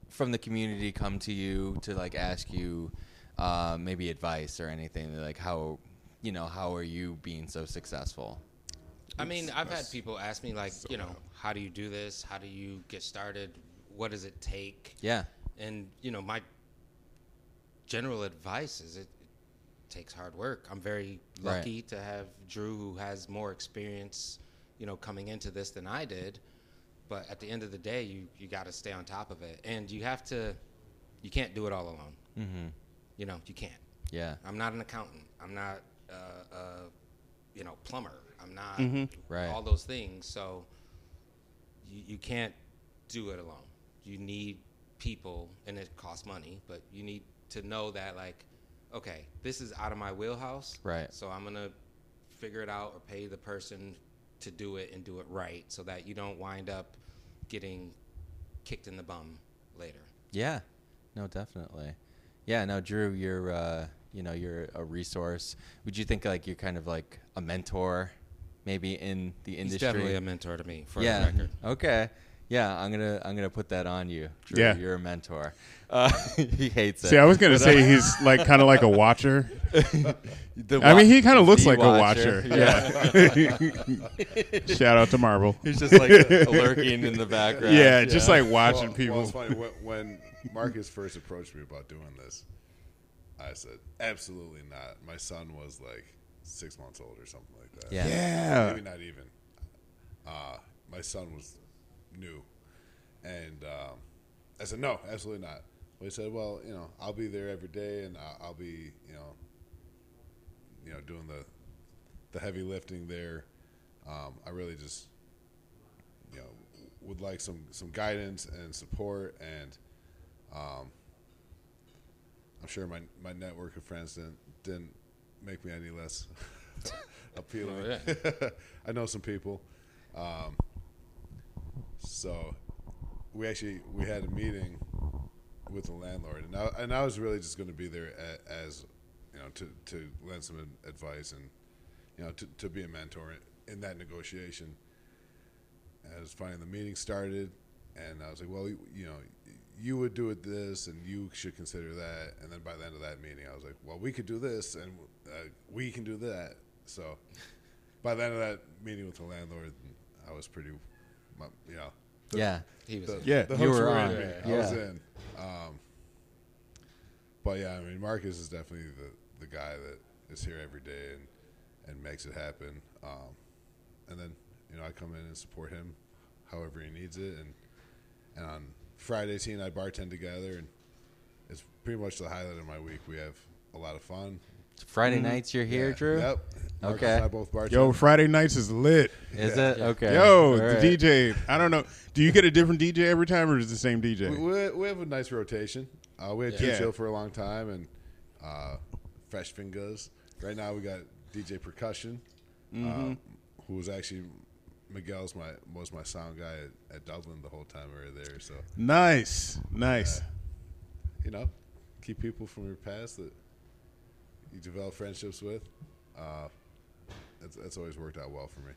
Speaker 1: from the community come to you to like ask you uh, maybe advice or anything like how you know how are you being so successful?
Speaker 4: I mean, I've had people ask me like, you know, how do you do this? How do you get started? What does it take?
Speaker 1: Yeah,
Speaker 4: And you know, my general advice is it, it takes hard work. I'm very
Speaker 1: Right.
Speaker 4: lucky to have Drew, who has more experience, you know, coming into this than I did. But at the end of the day, you you got to stay on top of it, and you have to. You can't do it all alone. Mm-hmm. You know, you can't.
Speaker 1: yeah,
Speaker 4: I'm not an accountant. I'm not, uh, uh, you know, plumber. I'm not
Speaker 1: Mm-hmm. Right.
Speaker 4: all those things. So you, you can't do it alone. You need people, and it costs money, but you need to know that, like, okay, this is out of my wheelhouse.
Speaker 1: Right.
Speaker 4: So I'm going to figure it out or pay the person to do it and do it right so that you don't wind up getting kicked in the bum later.
Speaker 1: yeah. No, definitely. Yeah, no, Drew, you're uh, you know you're a resource. Would you think like you're kind of like a mentor, maybe in the
Speaker 4: He's
Speaker 1: industry?
Speaker 4: definitely a mentor to me, for
Speaker 1: yeah.
Speaker 4: the record.
Speaker 1: Okay. Yeah, I'm gonna I'm gonna put that on you. Drew,
Speaker 3: Yeah.
Speaker 1: you're a mentor. Uh, he hates it.
Speaker 3: See, I was gonna say he's like kind of like a watcher.
Speaker 1: The
Speaker 3: I mean,
Speaker 1: wa-
Speaker 3: he kind of looks
Speaker 1: the
Speaker 3: like a watcher. Yeah. Shout out to Marble.
Speaker 1: He's just like lurking in the background.
Speaker 3: Yeah, just like watching
Speaker 5: Well,
Speaker 3: people.
Speaker 5: Well, it's funny when, when Marcus first approached me about doing this, I said absolutely not. My son was like six months old or something like that.
Speaker 1: Yeah.
Speaker 3: yeah.
Speaker 5: maybe not even. Uh, my son was new, and um, I said no, absolutely not. Well, he said, well, you know, I'll be there every day, and I'll, I'll be, you know, you know, doing the the heavy lifting there. Um, I really just, you know, would like some some guidance and support, and I'm sure my my network of friends didn't didn't make me any less appealing. I know some people, um, so we actually we had a meeting with the landlord, and I and I was really just going to be there a, as you know to to lend some ad- advice and you know to to be a mentor in, in that negotiation. And it was funny. The meeting started, and I was like, "Well, you, you know, you would do it this, and you should consider that." And then by the end of that meeting, I was like, "Well, we could do this, and uh, we can do that." So by the end of that meeting with the landlord, I was pretty, my- you know,
Speaker 1: Yeah.
Speaker 4: He was
Speaker 5: the,
Speaker 3: Yeah.
Speaker 5: the
Speaker 1: You
Speaker 5: hooks
Speaker 1: were
Speaker 5: were
Speaker 1: on.
Speaker 5: in me.
Speaker 1: Yeah.
Speaker 5: I was in. Um, but yeah, I mean, Marcus is definitely the, the guy that is here every day and and makes it happen. Um, and then you know I come in and support him however he needs it. And and on Fridays he and I bartend together, and it's pretty much the highlight of my week. We have a lot of fun.
Speaker 1: Friday
Speaker 3: Mm.
Speaker 1: nights you're here,
Speaker 5: Yeah.
Speaker 1: Drew?
Speaker 5: Yep. Marcus
Speaker 1: Okay.
Speaker 5: and I both bartend.
Speaker 3: Yo, Friday nights is lit.
Speaker 1: Is it? Okay.
Speaker 3: Yo, the
Speaker 1: Alright.
Speaker 3: DJ. I don't know. Do you get a different DJ every time, or is it the same
Speaker 5: We-
Speaker 3: DJ?
Speaker 5: we, we have a nice rotation. Uh, we had
Speaker 3: Yeah.
Speaker 5: Jim Chill for a long time and uh, Fresh Fingers. Right now we got DJ Percussion, uh, who was actually Miguel's my was my sound guy at, at Dublin the whole time we were there. So
Speaker 3: Nice, nice.
Speaker 5: you know, keep people from your past that you develop friendships with. Uh, that's, that's always worked out well for me.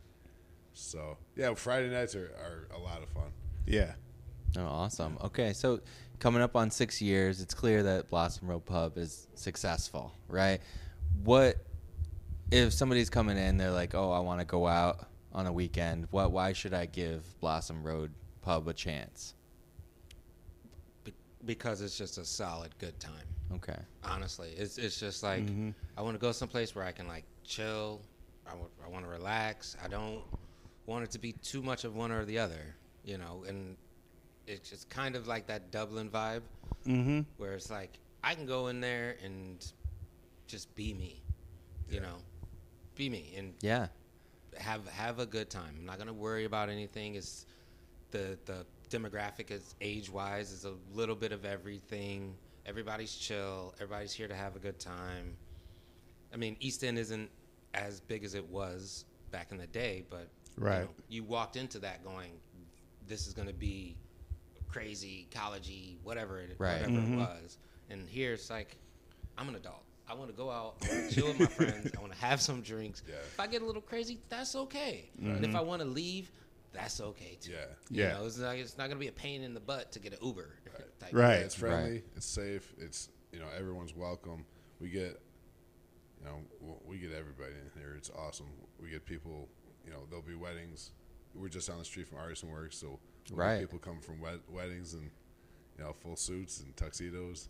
Speaker 5: So yeah, Friday nights are, are a lot of fun.
Speaker 3: Yeah.
Speaker 1: Oh, awesome. Okay, so coming up on six years, it's clear that Blossom Road Pub is successful, right? What if somebody's coming in? They're like, "Oh, I want to go out on a weekend. What? Why should I give Blossom Road Pub a chance?"
Speaker 4: Be- because it's just a solid good time.
Speaker 1: Okay.
Speaker 4: Honestly, it's it's just like I want to go someplace where I can like chill. I want to relax. I don't want it to be too much of one or the other, you know. And it's just kind of like that Dublin vibe, mm-hmm. where it's like I can go in there and just be me, you know, be me and
Speaker 1: Yeah.
Speaker 4: have have a good time. I'm not gonna worry about anything. It's the the demographic is age wise is a little bit of everything. Everybody's chill. Everybody's here to have a good time. I mean, East End isn't as big as it was back in the day, but you
Speaker 3: Right.
Speaker 4: know, you walked into that going, this is going to be crazy, collegey, whatever it,
Speaker 1: Right.
Speaker 4: whatever it was. And here it's like, I'm an adult. I want to go out, I want to chill with my friends, I want to have some drinks.
Speaker 5: Yeah.
Speaker 4: If I get a little crazy, that's okay. And if I want to leave, that's okay too.
Speaker 5: Yeah.
Speaker 4: You
Speaker 3: Mm-hmm. Yeah.
Speaker 4: know, it's not, it's not going to be a pain in the butt to get an Uber. type
Speaker 3: Right.
Speaker 5: Yeah, it's friendly. It's safe. It's you know everyone's welcome. We get, you know, w- we get everybody in here. It's awesome. We get people. You know, there'll be weddings. We're just down the street from Artisan Works, so we'll get
Speaker 1: Right.
Speaker 5: people come from wed- weddings and you know full suits and tuxedos,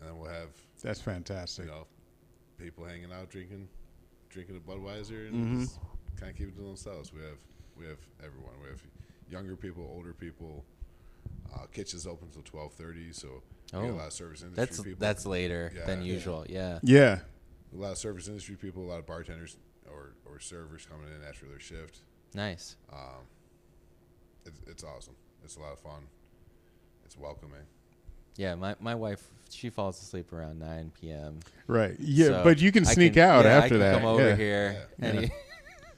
Speaker 5: and then we'll have
Speaker 3: That's
Speaker 5: you
Speaker 3: fantastic.
Speaker 5: know people hanging out drinking, drinking a Budweiser and
Speaker 1: Mm-hmm.
Speaker 5: just kind of keep it to themselves. We have we have everyone. We have younger people, older people. Uh, kitchen's open till twelve thirty, so we
Speaker 1: Oh.
Speaker 5: get a lot of service industry
Speaker 1: That's
Speaker 5: people.
Speaker 1: that's later than
Speaker 5: Yeah.
Speaker 1: usual. Yeah.
Speaker 3: Yeah.
Speaker 5: a lot of service industry people, a lot of bartenders or, or servers coming in after their shift.
Speaker 1: Nice.
Speaker 5: It's, it's awesome. It's a lot of fun. It's welcoming.
Speaker 1: Yeah. My my wife she falls asleep around 9 p.m.
Speaker 3: Right. Yeah,
Speaker 1: So
Speaker 3: but you can
Speaker 1: I
Speaker 3: sneak out
Speaker 1: yeah, I
Speaker 3: after
Speaker 1: can
Speaker 3: that.
Speaker 1: Come over
Speaker 3: yeah.
Speaker 1: here. Any,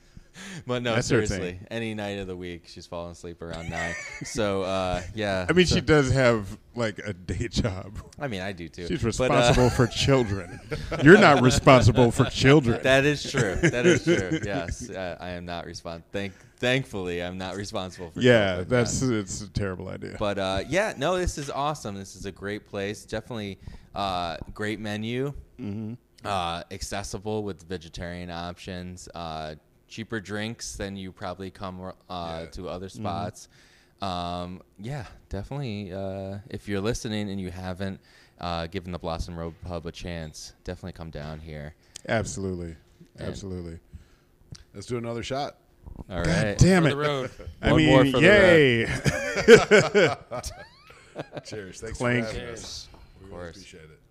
Speaker 1: but no,
Speaker 3: That's her thing.
Speaker 1: seriously, any night of the week, she's falling asleep around nine. so uh, yeah,
Speaker 3: I mean,
Speaker 1: so-
Speaker 3: she does have like a day job.
Speaker 1: I mean, I do too.
Speaker 3: She's
Speaker 1: But, uh,
Speaker 3: responsible for children. You're not responsible for children.
Speaker 1: that is true. That is true. Yes, uh, I am not responsible. Thank, thankfully, I'm not responsible for.
Speaker 3: yeah,
Speaker 1: children,
Speaker 3: that's it's a terrible idea.
Speaker 1: But uh, yeah, no, this is awesome. This is a great place. Definitely uh, great menu. Mm-hmm. Uh, accessible with vegetarian options. Uh, cheaper drinks than you probably come uh, to other
Speaker 3: Mm-hmm.
Speaker 1: spots. Um, yeah, definitely. Uh, if you're listening and you haven't uh, given the Blossom Road Pub a chance, definitely come down here.
Speaker 3: absolutely, absolutely.
Speaker 5: Let's do another shot.
Speaker 1: All
Speaker 3: God
Speaker 1: right.
Speaker 3: damn
Speaker 4: For
Speaker 3: it!
Speaker 4: the road.
Speaker 3: I
Speaker 1: One more
Speaker 3: mean,
Speaker 1: for the
Speaker 3: yay!
Speaker 5: Cheers. Thanks
Speaker 3: Clank.
Speaker 5: for having
Speaker 4: Cheers.
Speaker 5: us. We
Speaker 1: course.
Speaker 5: really appreciate it.